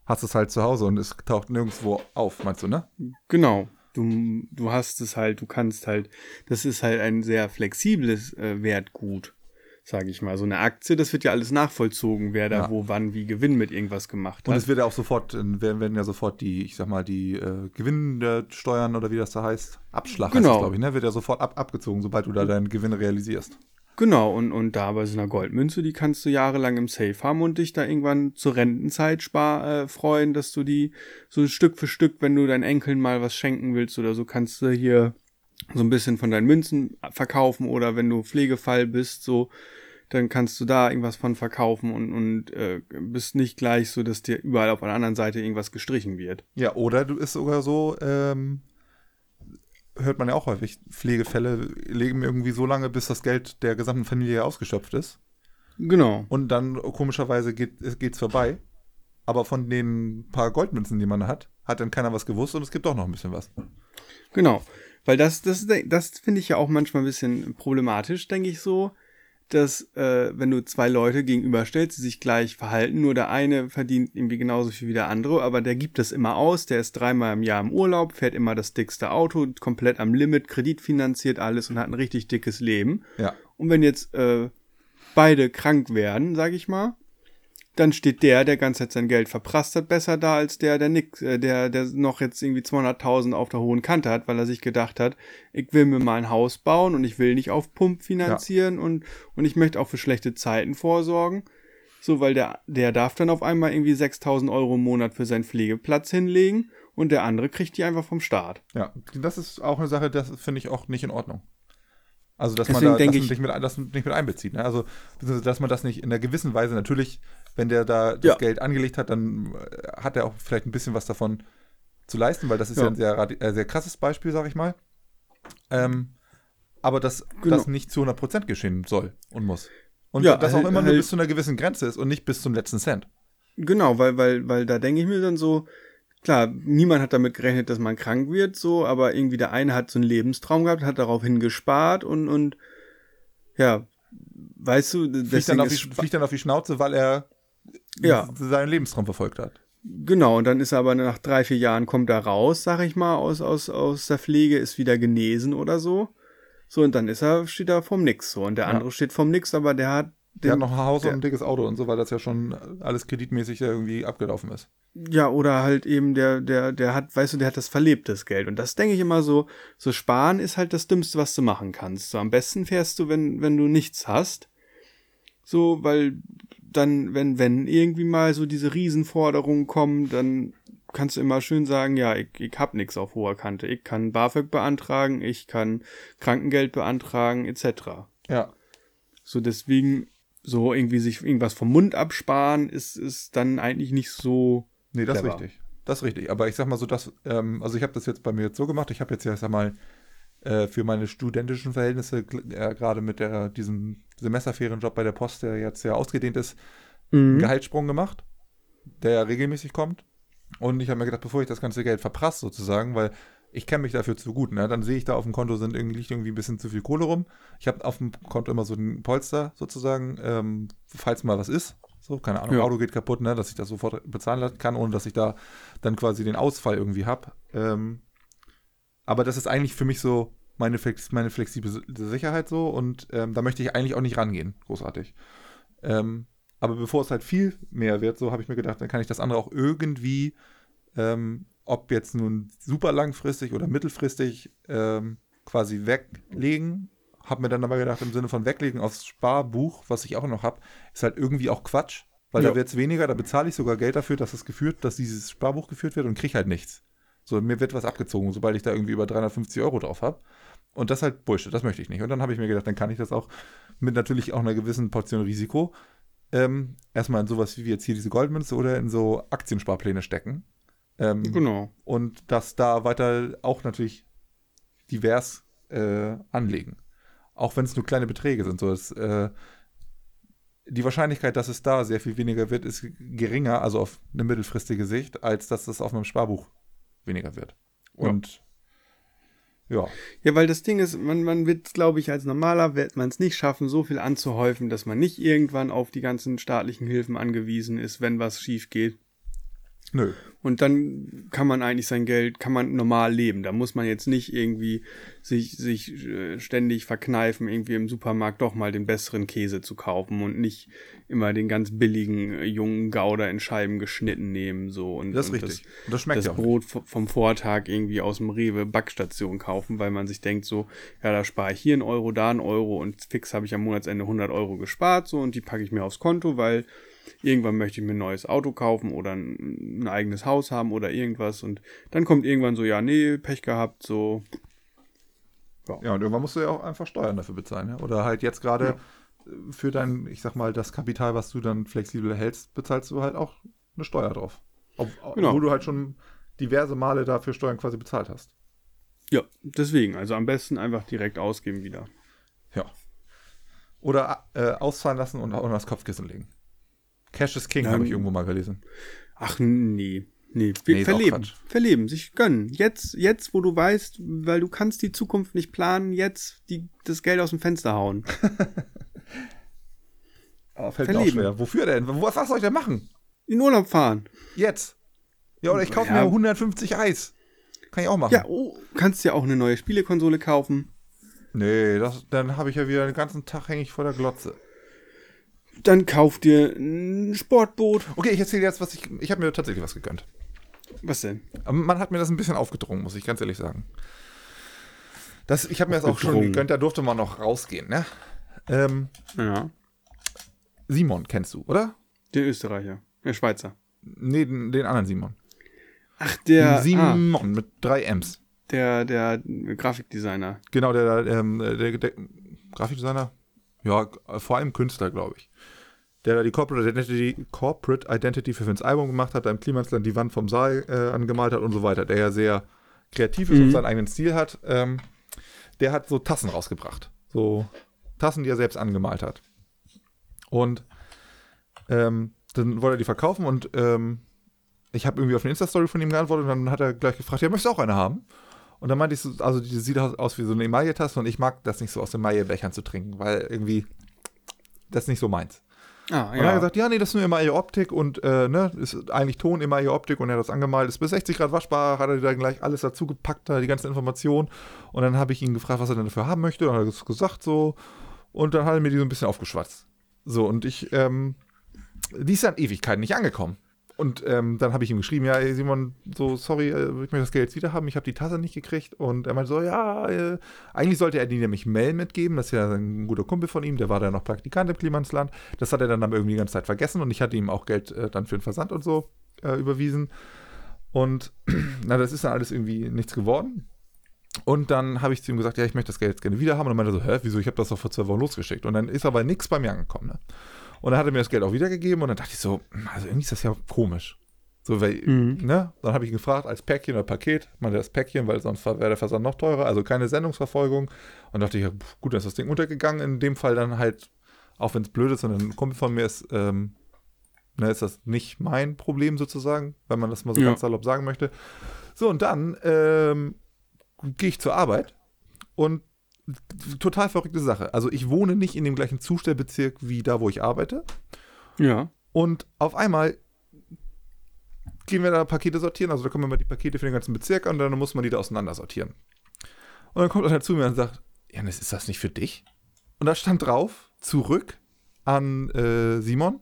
Speaker 2: hast es halt zu Hause und es taucht nirgendwo auf, meinst du, ne?
Speaker 1: Genau. Du, du hast es halt, du kannst halt, das ist halt ein sehr flexibles äh, Wertgut, sage ich mal. So eine Aktie, das wird ja alles nachvollzogen, wer da
Speaker 2: Ja.
Speaker 1: wo, wann, wie Gewinn mit irgendwas gemacht
Speaker 2: Und
Speaker 1: hat.
Speaker 2: es wird ja auch sofort, äh, werden, werden ja sofort die, ich sag mal, die äh, Gewinnsteuern oder wie das da heißt, Abschlag heißt
Speaker 1: Genau.
Speaker 2: das, glaube ich, ne? Wird ja sofort ab, abgezogen, sobald du da deinen Gewinn realisierst.
Speaker 1: Genau, und, und da bei so einer Goldmünze, die kannst du jahrelang im Safe haben und dich da irgendwann zur Rentenzeit spar, äh, freuen, dass du die so Stück für Stück, wenn du deinen Enkeln mal was schenken willst oder so, kannst du hier so ein bisschen von deinen Münzen verkaufen oder wenn du Pflegefall bist, so, dann kannst du da irgendwas von verkaufen und, und äh, bist nicht gleich so, dass dir überall auf der anderen Seite irgendwas gestrichen wird.
Speaker 2: Ja, oder du ist sogar so, ähm, hört man ja auch häufig, Pflegefälle legen irgendwie so lange, bis das Geld der gesamten Familie ausgeschöpft ist.
Speaker 1: Genau.
Speaker 2: Und dann komischerweise geht es geht's vorbei. Aber von den paar Goldmünzen, die man hat, hat dann keiner was gewusst und es gibt auch noch ein bisschen was.
Speaker 1: Genau. Weil das, das, das finde ich ja auch manchmal ein bisschen problematisch, denke ich so, dass äh, wenn du zwei Leute gegenüberstellst, die sich gleich verhalten, nur der eine verdient irgendwie genauso viel wie der andere, aber der gibt das immer aus, der ist dreimal im Jahr im Urlaub, fährt immer das dickste Auto, komplett am Limit, kreditfinanziert alles und hat ein richtig dickes Leben.
Speaker 2: Ja.
Speaker 1: Und wenn jetzt äh, beide krank werden, sage ich mal, dann steht der, der ganze Zeit sein Geld verprasst hat, besser da als der, der nix, äh, der, der noch jetzt irgendwie 200.000 auf der hohen Kante hat, weil er sich gedacht hat, ich will mir mal ein Haus bauen und ich will nicht auf Pump finanzieren und, und ich möchte auch für schlechte Zeiten vorsorgen. So, weil der, der darf dann auf einmal irgendwie 6.000 Euro im Monat für seinen Pflegeplatz hinlegen und der andere kriegt die einfach vom Staat.
Speaker 2: Ja, das ist auch eine Sache, das finde ich auch nicht in Ordnung. Also, dass
Speaker 1: Deswegen
Speaker 2: man da, dass
Speaker 1: denke
Speaker 2: man
Speaker 1: ich-
Speaker 2: nicht, mit, ein- dass man nicht mit einbezieht. Ne? Also, beziehungsweise, dass man das nicht in einer gewissen Weise, natürlich, wenn der da das
Speaker 1: Ja.
Speaker 2: Geld angelegt hat, dann äh, hat er auch vielleicht ein bisschen was davon zu leisten, weil das ist ja,
Speaker 1: Ja.
Speaker 2: ein sehr, radi- äh, sehr krasses Beispiel, sag ich mal. Ähm, aber dass
Speaker 1: Genau.
Speaker 2: das nicht zu 100% geschehen soll und muss. Und
Speaker 1: Ja,
Speaker 2: das auch
Speaker 1: halt-
Speaker 2: immer nur
Speaker 1: halt-
Speaker 2: bis zu einer gewissen Grenze ist und nicht bis zum letzten Cent.
Speaker 1: Genau, weil, weil, weil da denke ich mir dann so, klar, niemand hat damit gerechnet, dass man krank wird, so, aber irgendwie der eine hat so einen Lebenstraum gehabt, hat daraufhin gespart und, und, ja, weißt du,
Speaker 2: Fliegt dann,
Speaker 1: deswegen
Speaker 2: auf die,
Speaker 1: ist, Spa-
Speaker 2: fliegt dann auf die Schnauze, weil er
Speaker 1: Ja.
Speaker 2: seinen Lebenstraum verfolgt hat.
Speaker 1: genau, und dann ist er aber nach drei, vier Jahren kommt er raus, sag ich mal, aus, aus, aus der Pflege, ist wieder genesen oder so, so, und dann ist er, steht er vom Nix, so, und der
Speaker 2: Ja.
Speaker 1: andere steht vom Nix, aber der hat,
Speaker 2: Der hat
Speaker 1: den,
Speaker 2: noch ein Haus
Speaker 1: der-
Speaker 2: und ein dickes Auto und so, weil das ja schon alles kreditmäßig ja irgendwie abgelaufen ist.
Speaker 1: Ja, oder halt eben der, der, der hat, weißt du, der hat das verlebtes Geld. Und das denke ich immer so, so sparen ist halt das Dümmste, was du machen kannst. So, am besten fährst du, wenn, wenn du nichts hast. So, weil dann, wenn, wenn irgendwie mal so diese Riesenforderungen kommen, dann kannst du immer schön sagen, ja, ich, ich hab nix auf hoher Kante. Ich kann BAföG beantragen, ich kann Krankengeld beantragen, etc.
Speaker 2: Ja.
Speaker 1: So deswegen, so irgendwie sich irgendwas vom Mund absparen, ist, ist dann eigentlich nicht so.
Speaker 2: Nee, das ist
Speaker 1: Clever.
Speaker 2: richtig. Das ist richtig. Aber ich sag mal so, dass, ähm, also ich habe das jetzt bei mir jetzt so gemacht. Ich habe jetzt ja, ich sag mal, äh, für meine studentischen Verhältnisse gl- äh, gerade mit der, diesem Semesterferienjob bei der Post, der jetzt sehr ausgedehnt ist,
Speaker 1: Mhm.
Speaker 2: einen Gehaltssprung gemacht, der ja regelmäßig kommt. Und ich habe mir gedacht, bevor ich das ganze Geld verprasse sozusagen, weil ich kenne mich dafür zu gut, ne? dann sehe ich da auf dem Konto sind irgendwie, liegt irgendwie ein bisschen zu viel Kohle rum. Ich habe auf dem Konto immer so ein Polster sozusagen, ähm, falls mal was ist. So, keine Ahnung,
Speaker 1: Ja.
Speaker 2: Auto geht kaputt, ne? dass ich das sofort bezahlen lassen kann, ohne dass ich da dann quasi den Ausfall irgendwie habe. Ähm, aber das ist eigentlich für mich so meine, flex meine flexible Sicherheit so und ähm, da möchte ich eigentlich auch nicht rangehen, großartig. Ähm, aber bevor es halt viel mehr wird, so habe ich mir gedacht, dann kann ich das andere auch irgendwie, ähm, ob jetzt nun super langfristig oder mittelfristig, ähm, quasi weglegen. Habe mir dann aber gedacht, im Sinne von weglegen aufs Sparbuch, was ich auch noch habe, ist halt irgendwie auch Quatsch, weil
Speaker 1: Ja.
Speaker 2: da wird es weniger, da bezahle ich sogar Geld dafür, dass es geführt, dass dieses Sparbuch geführt wird und kriege halt nichts. So, mir wird was abgezogen, sobald ich da irgendwie über 350 Euro drauf habe. Und das ist halt Bullshit, das möchte ich nicht. Und dann habe ich mir gedacht, dann kann ich das auch mit natürlich auch einer gewissen Portion Risiko ähm, erstmal in sowas wie jetzt hier diese Goldmünze oder in so Aktiensparpläne stecken. Ähm,
Speaker 1: Genau.
Speaker 2: Und das da weiter auch natürlich divers äh, anlegen. Auch wenn es nur kleine Beträge sind. So ist, äh, die Wahrscheinlichkeit, dass es da sehr viel weniger wird, ist geringer, also auf eine mittelfristige Sicht, als dass es auf meinem Sparbuch weniger wird.
Speaker 1: Ja.
Speaker 2: Und ja.
Speaker 1: Ja, weil das Ding ist, man, man wird, glaube ich, als normaler wird man es nicht schaffen, so viel anzuhäufen, dass man nicht irgendwann auf die ganzen staatlichen Hilfen angewiesen ist, wenn was schief geht.
Speaker 2: Nö.
Speaker 1: Und dann kann man eigentlich sein Geld, kann man normal leben. Da muss man jetzt nicht irgendwie sich, sich äh, ständig verkneifen, irgendwie im Supermarkt doch mal den besseren Käse zu kaufen und nicht immer den ganz billigen äh, jungen Gouda in Scheiben geschnitten nehmen. So. Und,
Speaker 2: Das ist
Speaker 1: und
Speaker 2: richtig. Und das schmeckt
Speaker 1: das
Speaker 2: ja auch.
Speaker 1: Brot vo- vom Vortag irgendwie aus dem Rewe Backstation kaufen, weil man sich denkt so, ja, da spare ich hier einen Euro, da einen Euro und fix habe ich am Monatsende 100 Euro gespart so und die packe ich mir aufs Konto, weil irgendwann möchte ich mir ein neues Auto kaufen oder ein, ein eigenes Haus haben oder irgendwas und dann kommt irgendwann so, ja, nee, Pech gehabt, so,
Speaker 2: Ja, und irgendwann musst du ja auch einfach Steuern dafür bezahlen. Ne? Oder halt jetzt gerade äh, für dein, ich sag mal, das Kapital, was du dann flexibel hältst, bezahlst du halt auch eine Steuer drauf. Ob,
Speaker 1: Genau.
Speaker 2: Obwohl du halt schon diverse Male dafür Steuern quasi bezahlt hast.
Speaker 1: ja, deswegen, also am besten einfach direkt ausgeben wieder.
Speaker 2: Ja. Oder äh, auszahlen lassen und auch unter das Kopfkissen legen. Cash is King,
Speaker 1: Ja,
Speaker 2: habe
Speaker 1: m-
Speaker 2: ich irgendwo mal gelesen.
Speaker 1: Ach nee. Nee, wir
Speaker 2: Nee, ist auch
Speaker 1: verleben.
Speaker 2: Quatsch.
Speaker 1: Verleben, sich gönnen. Jetzt, jetzt, wo du weißt, weil du kannst die Zukunft nicht planen, jetzt die, das Geld aus dem Fenster hauen.
Speaker 2: Oh, fällt
Speaker 1: verleben.
Speaker 2: mir auch schwer. Wofür denn? Wo- Was, was soll ich denn machen?
Speaker 1: In Urlaub fahren.
Speaker 2: Jetzt. Ja, oder ich kaufe
Speaker 1: Ja.
Speaker 2: mir 150 Eis. Kann ich auch machen.
Speaker 1: Ja, oh, kannst dir auch eine neue Spielekonsole kaufen.
Speaker 2: Nee, das, dann habe ich ja wieder den ganzen Tag hängig vor der Glotze.
Speaker 1: Dann kauf dir ein Sportboot.
Speaker 2: Okay, ich erzähle jetzt, was ich. Ich habe mir tatsächlich was gegönnt.
Speaker 1: Was denn?
Speaker 2: Aber Man hat mir das ein bisschen aufgedrungen, muss ich ganz ehrlich sagen. Das, ich habe mir das auch schon
Speaker 1: Aufgedrungen.
Speaker 2: gegönnt, da durfte man noch rausgehen, ne? Ähm,
Speaker 1: Ja.
Speaker 2: Simon kennst du, oder?
Speaker 1: Den Österreicher. Der Schweizer.
Speaker 2: Nee, den, den anderen Simon.
Speaker 1: Ach, der,
Speaker 2: Den
Speaker 1: ah,
Speaker 2: Simon mit drei M's.
Speaker 1: der, der Grafikdesigner.
Speaker 2: Genau, der, der, ähm, der, der Grafikdesigner. Ja, vor allem Künstler, glaube ich. Der da die Corporate Identity, Corporate Identity für Finns Album gemacht hat, da im Klimansland die Wand vom Saal äh, angemalt hat und so weiter. Der ja sehr kreativ ist und seinen eigenen Stil hat. Ähm, der hat so Tassen rausgebracht. So Tassen, die er selbst angemalt hat. Und ähm, dann wollte er die verkaufen und ähm, ich habe irgendwie auf eine Insta-Story von ihm geantwortet und dann hat er gleich gefragt, ja, möchtest du auch eine haben? Und dann meinte ich so, also die sieht aus- aus wie so eine Emaille-Tasse und ich mag das nicht so aus Emaille-Bechern zu trinken, weil irgendwie das ist nicht so meins.
Speaker 1: Ah,
Speaker 2: Und dann hat er
Speaker 1: ja.
Speaker 2: gesagt, ja, nee, das ist eine Emaille-Optik und äh, ne, ist eigentlich Ton, Emaille-Optik und er hat das angemalt, ist bis 60 Grad waschbar, hat er dann gleich alles dazu gepackt, da die ganzen Informationen und dann habe ich ihn gefragt, was er denn dafür haben möchte und dann hat er das gesagt so und dann hat er mir die so ein bisschen aufgeschwatzt. So und ich, ähm, die ist dann Ewigkeiten nicht angekommen. Und ähm, dann habe ich ihm geschrieben, ja, ey, Simon, so sorry, äh, ich möchte das Geld jetzt wieder haben, ich habe die Tasse nicht gekriegt. Und er meinte so, ja, äh, eigentlich sollte er die nämlich Mel mitgeben, das ist ja ein guter Kumpel von ihm, der war da noch Praktikant im Klimansland. Das hat er dann aber irgendwie die ganze Zeit vergessen und ich hatte ihm auch Geld äh, dann für den Versand und so äh, überwiesen. Und na, das ist dann alles irgendwie nichts geworden. Und dann habe ich zu ihm gesagt, ja, ich möchte das Geld jetzt gerne wieder haben. Und dann meinte er so, hä, wieso, ich habe das doch vor zwei Wochen losgeschickt. Und dann ist aber nichts bei mir angekommen. Ne? Und dann hat er mir das Geld auch wiedergegeben und dann dachte ich so, hm, also irgendwie ist das ja komisch. So, weil,
Speaker 1: Mhm.
Speaker 2: ne? Dann habe ich ihn gefragt, als Päckchen oder Paket, meinte das Päckchen, weil sonst wäre der Versand noch teurer, also keine Sendungsverfolgung. Und dachte ich, ja, pf, gut, dann ist das Ding untergegangen. In dem Fall dann halt, auch wenn es blöd ist, und ein Kumpel von mir ist, ähm, ne, ist das nicht mein Problem sozusagen, wenn man das mal so
Speaker 1: Ja.
Speaker 2: ganz salopp sagen möchte. So, und dann ähm, gehe ich zur Arbeit und total verrückte Sache. Also ich wohne nicht in dem gleichen Zustellbezirk wie da, wo ich arbeite.
Speaker 1: Ja.
Speaker 2: Und auf einmal gehen wir da Pakete sortieren. Also da kommen immer die Pakete für den ganzen Bezirk an und dann muss man die da auseinander sortieren. Und dann kommt einer zu mir und sagt, Janis, ist das nicht für dich? Und da stand drauf, zurück an äh, Simon,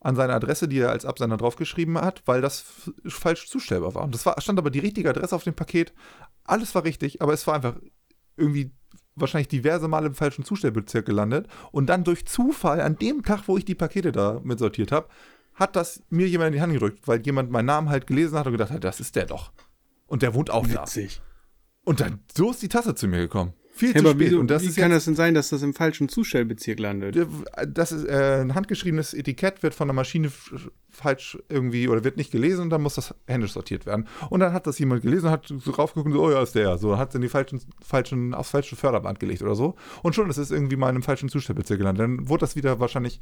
Speaker 2: an seine Adresse, die er als Absender draufgeschrieben hat, weil das f- falsch zustellbar war. Und das war, stand aber die richtige Adresse auf dem Paket. Alles war richtig, aber es war einfach irgendwie wahrscheinlich diverse Male im falschen Zustellbezirk gelandet und dann durch Zufall an dem Tag, wo ich die Pakete da mit sortiert habe, hat das mir jemand in die Hand gedrückt, weil jemand meinen Namen halt gelesen hat und gedacht hat, das ist der doch. Und der wohnt auch da.
Speaker 1: Witzig.
Speaker 2: Und dann so ist die Tasse zu mir gekommen. Viel
Speaker 1: Hey,
Speaker 2: zu
Speaker 1: aber
Speaker 2: spät.
Speaker 1: wieso,
Speaker 2: und das
Speaker 1: wie
Speaker 2: ist
Speaker 1: kann
Speaker 2: jetzt,
Speaker 1: das denn sein, dass das im falschen Zustellbezirk landet?
Speaker 2: das ist äh, ein handgeschriebenes Etikett wird von der Maschine f- falsch irgendwie oder wird nicht gelesen und dann muss das händisch sortiert werden. Und dann hat das jemand gelesen und hat so raufgeguckt und so, oh ja, ist der. So hat es in die falschen, falschen, aufs falsche Förderband gelegt oder so. Und schon ist es irgendwie mal in einem falschen Zustellbezirk gelandet. Dann wurde das wieder wahrscheinlich,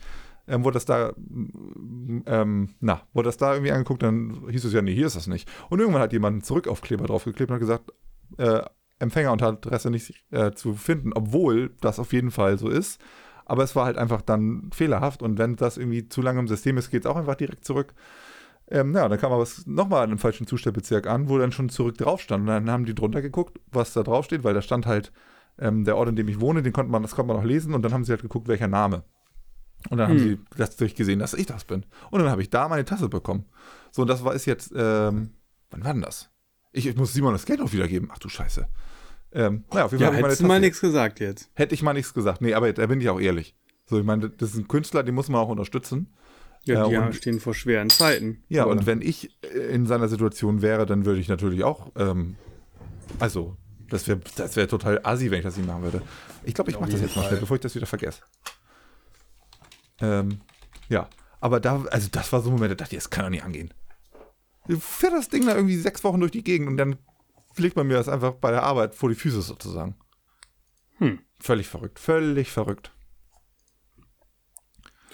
Speaker 2: ähm, wurde das da, mm, ähm, na, wurde das da irgendwie angeguckt, dann hieß es ja, nee, hier ist das nicht. Und irgendwann hat jemand einen Zurückaufkleber draufgeklebt und hat gesagt, äh, Empfänger und Adresse nicht äh, zu finden, obwohl das auf jeden Fall so ist. Aber es war halt einfach dann fehlerhaft und wenn das irgendwie zu lange im System ist, geht es auch einfach direkt zurück. Ähm, ja, dann kam aber es nochmal an einem falschen Zustellbezirk an, wo dann schon zurück drauf stand. Und dann haben die drunter geguckt, was da drauf steht, weil da stand halt ähm, der Ort, in dem ich wohne, den konnte man, das konnte man auch lesen und dann haben sie halt geguckt, welcher Name. Und
Speaker 1: Hm.
Speaker 2: dann haben sie das durchgesehen, dass ich das bin. Und dann habe ich da meine Tasse bekommen. So, und das war ist jetzt, ähm, wann war denn das? Ich, ich muss Simon das Geld auch wiedergeben. Ach du Scheiße. Ähm, naja, auf jeden
Speaker 1: Ja,
Speaker 2: habe ich meine
Speaker 1: hättest du mal
Speaker 2: Tasse.
Speaker 1: nichts gesagt jetzt.
Speaker 2: Hätte ich mal nichts gesagt. Nee, aber da bin ich auch ehrlich. So, ich meine, das ist ein Künstler, den muss man auch unterstützen.
Speaker 1: Ja,
Speaker 2: Ja,
Speaker 1: die
Speaker 2: und-
Speaker 1: stehen vor schweren Zeiten.
Speaker 2: Ja,
Speaker 1: Leute.
Speaker 2: und wenn ich äh, in seiner Situation wäre, dann würde ich natürlich auch, ähm, also, das wäre das wär total assi, wenn ich das nicht machen würde. Ich glaube, ich mache das jetzt mal schnell, bevor ich das wieder vergesse. Ähm, ja, aber da, also das war so ein Moment, da dachte ich, das kann doch nicht angehen. Fährt das Ding da irgendwie sechs Wochen durch die Gegend und dann legt man mir das einfach bei der Arbeit vor die Füße sozusagen.
Speaker 1: Hm.
Speaker 2: Völlig verrückt, völlig verrückt.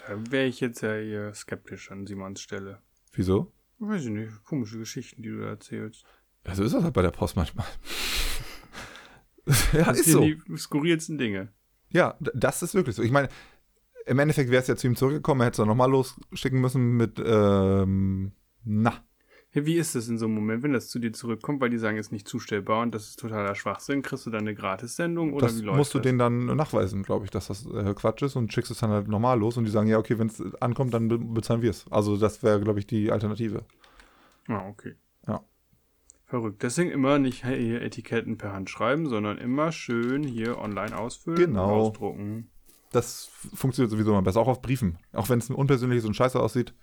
Speaker 1: Da wäre ich jetzt ja eher skeptisch an Simons Stelle.
Speaker 2: Wieso?
Speaker 1: Weiß ich nicht, komische Geschichten, die du da erzählst.
Speaker 2: Also ist das halt bei der Post manchmal. ja,
Speaker 1: Das
Speaker 2: ist
Speaker 1: sind
Speaker 2: so.
Speaker 1: die skurrilsten Dinge.
Speaker 2: Ja, d- das ist wirklich so. Ich meine, im Endeffekt wäre es ja zu ihm zurückgekommen, er hätte es dann nochmal losschicken müssen mit, ähm, na,
Speaker 1: Ja, wie ist das in so einem Moment, wenn das zu dir zurückkommt, weil die sagen, ist nicht zustellbar und das ist totaler Schwachsinn, kriegst du dann eine Gratissendung oder
Speaker 2: das
Speaker 1: wie läuft
Speaker 2: musst du
Speaker 1: das?
Speaker 2: denen dann nachweisen, glaube ich, dass das äh, Quatsch ist und schickst es dann halt normal los und die sagen, ja, okay, wenn es ankommt, dann be bezahlen wir es. Also das wäre, glaube ich, die Alternative.
Speaker 1: Ah, okay.
Speaker 2: Ja.
Speaker 1: Verrückt. Deswegen immer nicht hey, hier Etiketten per Hand schreiben, sondern immer schön hier online ausfüllen
Speaker 2: Genau.
Speaker 1: und ausdrucken.
Speaker 2: Das f- funktioniert sowieso immer besser, auch auf Briefen. Auch wenn es unpersönlich und scheiße aussieht.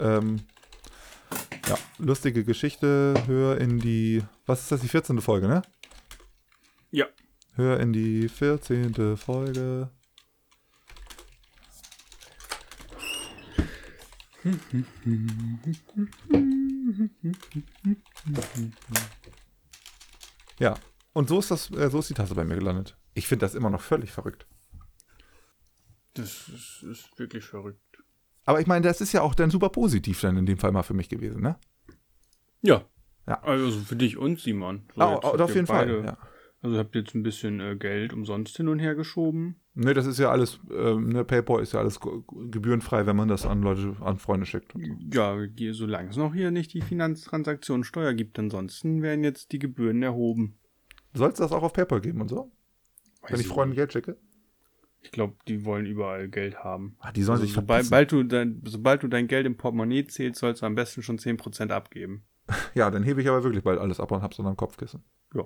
Speaker 2: Ähm, ja, lustige Geschichte, hör in die, was ist das, die 14. Folge, ne?
Speaker 1: Ja.
Speaker 2: Hör in die 14. Folge. Ja, und so ist das, äh, so ist die Tasse bei mir gelandet. Ich finde das immer noch völlig verrückt.
Speaker 1: Das ist, ist wirklich verrückt.
Speaker 2: Aber ich meine, das ist ja auch dann super positiv dann in dem Fall mal für mich gewesen, ne?
Speaker 1: Ja.
Speaker 2: Ja.
Speaker 1: Also für dich und Simon. So,
Speaker 2: Ah,
Speaker 1: jetzt
Speaker 2: oh,
Speaker 1: habt
Speaker 2: auf
Speaker 1: ihr
Speaker 2: jeden Fall.
Speaker 1: beide-
Speaker 2: Ja.
Speaker 1: Also habt ihr jetzt ein bisschen äh, Geld umsonst hin und her geschoben.
Speaker 2: Ne, das ist ja alles, ähm, ne, PayPal ist ja alles ge- gebührenfrei, wenn man das an Leute, an Freunde schickt.
Speaker 1: Ja, die- solange es noch hier nicht die Finanztransaktionssteuer gibt, ansonsten werden jetzt die Gebühren erhoben.
Speaker 2: Soll es das auch auf PayPal geben und so? wenn ich Freunden
Speaker 1: nicht.
Speaker 2: Geld schicke?
Speaker 1: ich glaube, die wollen überall Geld haben.
Speaker 2: Ah, die sollen
Speaker 1: Also
Speaker 2: sich
Speaker 1: sobald,
Speaker 2: verpissen.
Speaker 1: sobald, du dein, sobald du dein Geld im Portemonnaie zählst, sollst du am besten schon 10% abgeben.
Speaker 2: Ja, dann hebe ich aber wirklich bald alles ab und hab's unter dem Kopfkissen.
Speaker 1: Ja.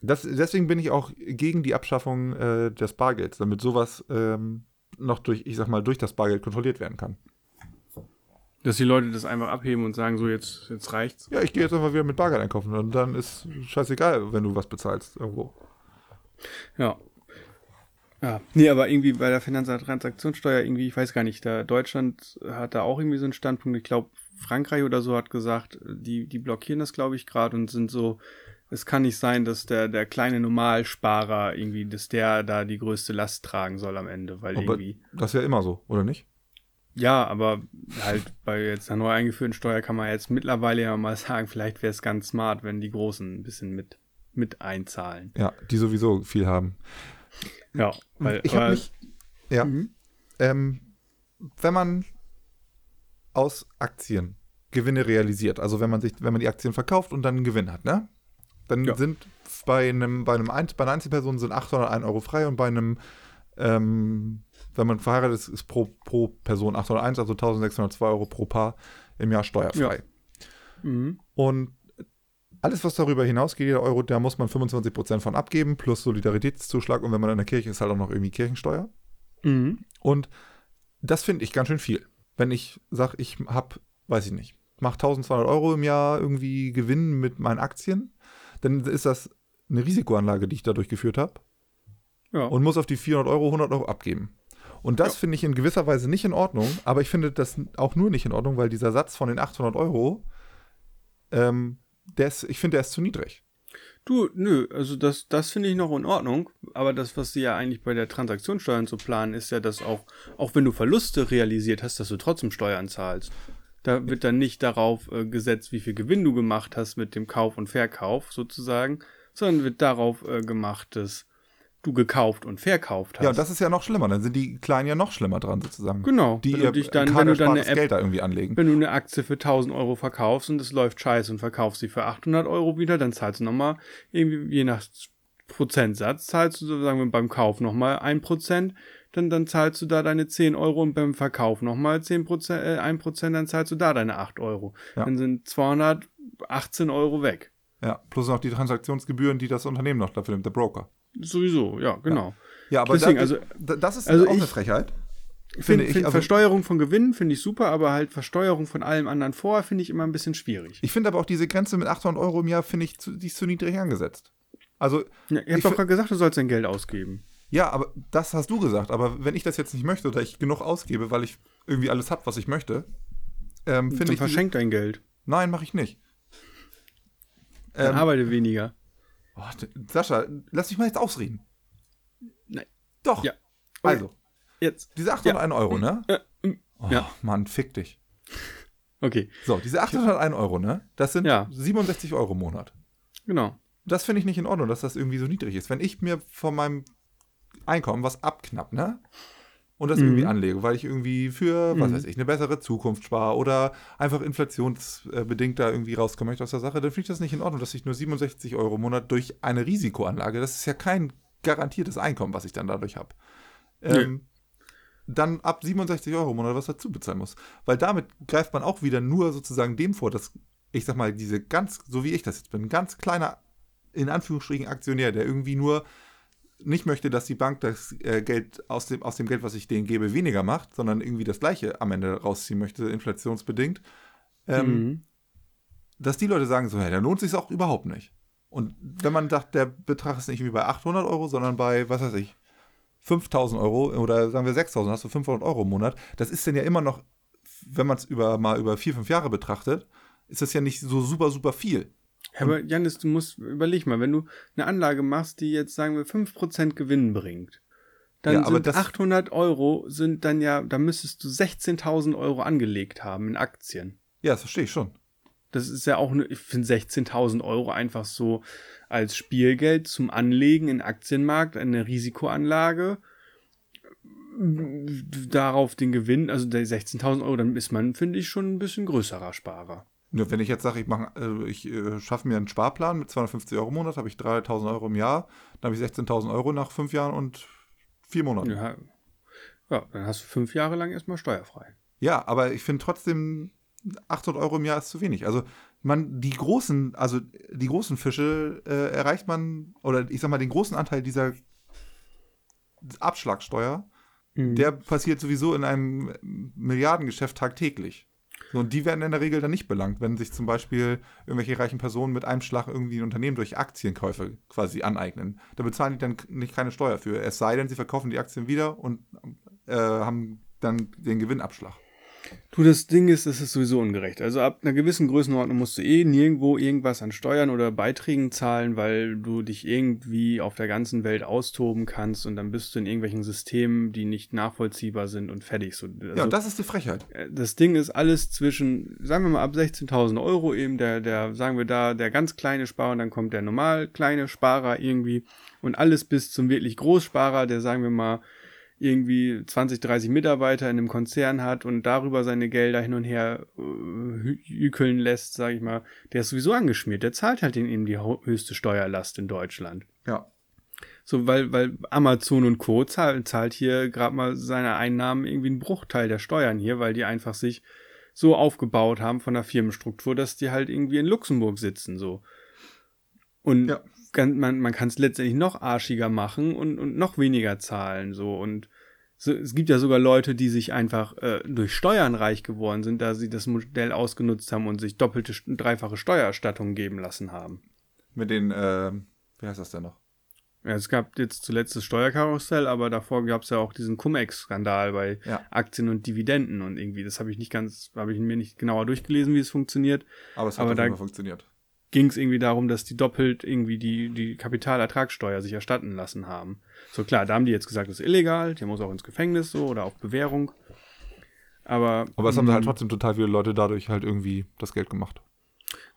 Speaker 2: Das, deswegen bin ich auch gegen die Abschaffung äh, des Bargelds, damit sowas ähm, noch durch, ich sag mal, durch das Bargeld kontrolliert werden kann.
Speaker 1: Dass die Leute das einfach abheben und sagen, so jetzt, jetzt reicht's.
Speaker 2: Ja, ich gehe jetzt einfach wieder mit Bargeld einkaufen und dann ist scheißegal, wenn du was bezahlst irgendwo.
Speaker 1: Ja. Ja. Nee, aber irgendwie bei der Finanz- und Transaktionssteuer, irgendwie, ich weiß gar nicht, da Deutschland hat da auch irgendwie so einen Standpunkt. Ich glaube, Frankreich oder so hat gesagt, die, die blockieren das, glaube ich, gerade und sind so, es kann nicht sein, dass der, der kleine Normalsparer irgendwie, dass der da die größte Last tragen soll am Ende, weil
Speaker 2: Aber
Speaker 1: irgendwie.
Speaker 2: das ist ja immer so, oder nicht?
Speaker 1: Ja, aber halt bei jetzt einer neu eingeführten Steuer kann man jetzt mittlerweile ja mal sagen, vielleicht wäre es ganz smart, wenn die Großen ein bisschen mit, mit einzahlen.
Speaker 2: Ja, die sowieso viel haben.
Speaker 1: Ja, weil
Speaker 2: ich habe
Speaker 1: aber-
Speaker 2: mich. Ja.
Speaker 1: Mhm.
Speaker 2: Ähm, wenn man aus Aktien Gewinne realisiert, also wenn man sich, wenn man die Aktien verkauft und dann einen Gewinn hat, ne? Dann
Speaker 1: Ja.
Speaker 2: sind bei einem, bei einem Einz- bei einer Einzelperson sind 801 Euro frei und bei einem, ähm, wenn man verheiratet ist, ist pro, pro Person 801, also 1602 Euro pro Paar im Jahr steuerfrei.
Speaker 1: Ja. Mhm.
Speaker 2: Und alles, was darüber hinausgeht, jeder Euro, da muss man 25% von abgeben, plus Solidaritätszuschlag und wenn man in der Kirche ist, halt auch noch irgendwie Kirchensteuer.
Speaker 1: Mhm.
Speaker 2: Und das finde ich ganz schön viel. Wenn ich sage, ich habe, weiß ich nicht, mache 1200 Euro im Jahr irgendwie Gewinn mit meinen Aktien, dann ist das eine Risikoanlage, die ich dadurch geführt habe
Speaker 1: Ja.
Speaker 2: und muss auf die 400 Euro 100 Euro abgeben. Und das finde ich in gewisser Weise nicht in Ordnung, aber ich finde das auch nur nicht in Ordnung, weil dieser Satz von den 800 Euro, ähm, der ist, ich finde, der ist zu niedrig.
Speaker 1: Du, nö, also das, das finde ich noch in Ordnung. Aber das, was sie ja eigentlich bei der Transaktionssteuer zu planen, ist ja, dass auch, auch wenn du Verluste realisiert hast, dass du trotzdem Steuern zahlst. Da wird dann nicht darauf äh, gesetzt, wie viel Gewinn du gemacht hast mit dem Kauf und Verkauf sozusagen, sondern wird darauf äh, gemacht, dass du gekauft und verkauft hast.
Speaker 2: Ja, und das ist ja noch schlimmer. Dann sind die Kleinen ja noch schlimmer dran sozusagen.
Speaker 1: Genau,
Speaker 2: Die
Speaker 1: wenn
Speaker 2: ihr
Speaker 1: du dich dann-
Speaker 2: hart
Speaker 1: wenn du dann eine
Speaker 2: erspartes
Speaker 1: App-
Speaker 2: Geld da irgendwie anlegen.
Speaker 1: wenn du eine Aktie für 1000 Euro verkaufst und es läuft scheiße und verkaufst sie für 800 Euro wieder, dann zahlst du nochmal, irgendwie je nach Prozentsatz, zahlst du, so, sagen wir beim Kauf nochmal 1%, dann, dann zahlst du da deine 10 Euro und beim Verkauf nochmal 10%, äh, 1%, dann zahlst du da deine 8 Euro.
Speaker 2: Ja.
Speaker 1: Dann sind 218 Euro weg.
Speaker 2: Ja, plus noch die Transaktionsgebühren, die das Unternehmen noch dafür nimmt, der Broker.
Speaker 1: Sowieso, ja, genau.
Speaker 2: Ja, aber
Speaker 1: Deswegen,
Speaker 2: da,
Speaker 1: also-
Speaker 2: da, das ist
Speaker 1: also
Speaker 2: auch eine
Speaker 1: ich-
Speaker 2: Frechheit.
Speaker 1: Find,
Speaker 2: Finde ich,
Speaker 1: find
Speaker 2: also-
Speaker 1: Versteuerung von Gewinnen finde ich super, aber halt Versteuerung von allem anderen vorher finde ich immer ein bisschen schwierig.
Speaker 2: Ich finde aber auch diese Grenze mit 800 Euro im Jahr, finde ich, zu, die ist zu niedrig angesetzt. Also,
Speaker 1: Ja, ich habe
Speaker 2: ich
Speaker 1: doch
Speaker 2: fi-
Speaker 1: gerade gesagt, du sollst dein Geld ausgeben.
Speaker 2: ja, aber das hast du gesagt. Aber wenn ich das jetzt nicht möchte oder ich genug ausgebe, weil ich irgendwie alles habe, was ich möchte, ähm,
Speaker 1: Dann
Speaker 2: finde ich.
Speaker 1: verschenk dein Geld.
Speaker 2: Nein, mache ich nicht.
Speaker 1: Dann
Speaker 2: Ähm,
Speaker 1: arbeite weniger.
Speaker 2: oh, d- Sascha, lass mich mal jetzt ausreden.
Speaker 1: Nein.
Speaker 2: Doch.
Speaker 1: Ja. Okay.
Speaker 2: Also,
Speaker 1: Jetzt.
Speaker 2: diese 801 Euro, ne?
Speaker 1: Äh, mm,
Speaker 2: Oh,
Speaker 1: ja.
Speaker 2: Mann, fick dich.
Speaker 1: Okay,
Speaker 2: So, diese 801 Euro, ne? Das sind
Speaker 1: Ja.
Speaker 2: 67 Euro im Monat.
Speaker 1: genau.
Speaker 2: Das finde ich nicht in Ordnung, dass das irgendwie so niedrig ist. Wenn ich mir von meinem Einkommen was abknapp, ne? Und das irgendwie anlege, weil ich irgendwie für, was weiß ich, eine bessere Zukunft spare oder einfach inflationsbedingt da irgendwie rauskomme möchte aus der Sache, dann finde ich das nicht in Ordnung, dass ich nur 67 Euro im Monat durch eine Risikoanlage, das ist ja kein garantiertes Einkommen, was ich dann dadurch habe. Ähm, dann ab 67 Euro im Monat was dazu bezahlen muss. Weil damit greift man auch wieder nur sozusagen dem vor, dass, ich sag mal, diese ganz, so wie ich das jetzt bin, ganz kleiner, in Anführungsstrichen Aktionär, der irgendwie nur nicht möchte, dass die Bank das äh, Geld aus dem, aus dem Geld, was ich denen gebe, weniger macht, sondern irgendwie das Gleiche am Ende rausziehen möchte, inflationsbedingt, ähm,
Speaker 1: Mhm.
Speaker 2: dass die Leute sagen so, hey, dann lohnt sich auch überhaupt nicht. Und wenn man sagt, der Betrag ist nicht wie bei 800 Euro, sondern bei, was weiß ich, 5000 Euro oder sagen wir 6000, hast du 500 Euro im Monat. Das ist dann ja immer noch, wenn man es über, mal über vier, fünf Jahre betrachtet, ist das ja nicht so super, super viel.
Speaker 1: Ja, aber Janis, du musst, überleg mal, wenn du eine Anlage machst, die jetzt, sagen wir, 5% Gewinn bringt, dann
Speaker 2: Ja, aber
Speaker 1: sind
Speaker 2: das-
Speaker 1: 800 Euro sind dann ja, da müsstest du 16.000 Euro angelegt haben in Aktien.
Speaker 2: Ja, das verstehe ich schon.
Speaker 1: Das ist ja auch, eine, ich finde 16.000 Euro einfach so als Spielgeld zum Anlegen in Aktienmarkt, eine Risikoanlage, äh, darauf den Gewinn, also der 16.000 Euro, dann ist man, finde ich, schon ein bisschen größerer Sparer.
Speaker 2: Nur wenn ich jetzt sage, ich, mach, äh, ich äh, schaffe mir einen Sparplan mit 250 Euro im Monat, habe ich 3000 Euro im Jahr, dann habe ich 16.000 Euro nach fünf Jahren und vier Monaten. Ja,
Speaker 1: Ja. ja, dann hast du fünf Jahre lang erstmal steuerfrei.
Speaker 2: aber ich finde trotzdem 800 Euro im Jahr ist zu wenig. Also man, die großen, also die großen Fische äh, erreicht man, oder ich sag mal, den großen Anteil dieser Mhm. Abschlagsteuer, der passiert sowieso in einem Milliardengeschäft tagtäglich. So, und die werden in der Regel dann nicht belangt, wenn sich zum Beispiel irgendwelche reichen Personen mit einem Schlag irgendwie ein Unternehmen durch Aktienkäufe quasi aneignen. Da bezahlen die dann nicht keine Steuer für. Es sei denn, sie verkaufen die Aktien wieder und äh, haben dann den Gewinnabschlag.
Speaker 1: Du, das Ding ist, das ist sowieso ungerecht. Also ab einer gewissen Größenordnung musst du eh nirgendwo irgendwas an Steuern oder Beiträgen zahlen, weil du dich irgendwie auf der ganzen Welt austoben kannst und dann bist du in irgendwelchen Systemen, die nicht nachvollziehbar sind und fertig. So, also,
Speaker 2: Ja, und das ist die Frechheit.
Speaker 1: äh, das Ding ist alles zwischen, sagen wir mal, ab 16.000 Euro eben, der, der, sagen wir da, der ganz kleine Sparer und dann kommt der normal kleine Sparer irgendwie und alles bis zum wirklich Großsparer, der, sagen wir mal, irgendwie 20, 30 Mitarbeiter in einem Konzern hat und darüber seine Gelder hin und her äh, hü- hükeln lässt, sage ich mal, der ist sowieso angeschmiert. Der zahlt halt eben die ho- höchste Steuerlast in Deutschland.
Speaker 2: Ja.
Speaker 1: So, weil, weil Amazon und Co. zahlt, zahlt hier gerade mal seine Einnahmen irgendwie einen Bruchteil der Steuern hier, weil die einfach sich so aufgebaut haben von der Firmenstruktur, dass die halt irgendwie in Luxemburg sitzen, so. Und
Speaker 2: Ja.
Speaker 1: kann, man, man kann es letztendlich noch arschiger machen und, und noch weniger zahlen, so. Und so, es gibt ja sogar Leute, die sich einfach äh, durch Steuern reich geworden sind, da sie das Modell ausgenutzt haben und sich doppelte, dreifache Steuererstattung geben lassen haben.
Speaker 2: Mit den, äh, wie heißt das denn noch?
Speaker 1: Ja, es gab jetzt zuletzt das Steuerkarussell, aber davor gab es ja auch diesen Cum-Ex-Skandal bei
Speaker 2: Ja.
Speaker 1: Aktien und Dividenden und irgendwie, das habe ich nicht ganz, habe ich mir nicht genauer durchgelesen, wie es funktioniert.
Speaker 2: Aber es hat
Speaker 1: Aber
Speaker 2: auf
Speaker 1: da-
Speaker 2: jeden Fall funktioniert.
Speaker 1: Ging es irgendwie darum, dass die doppelt irgendwie die, die Kapitalertragssteuer sich erstatten lassen haben. So klar, da haben die jetzt gesagt, das ist illegal, der muss auch ins Gefängnis so oder auf Bewährung. Aber,
Speaker 2: Aber es haben halt
Speaker 1: Mhm.
Speaker 2: trotzdem total viele Leute dadurch halt irgendwie das Geld gemacht.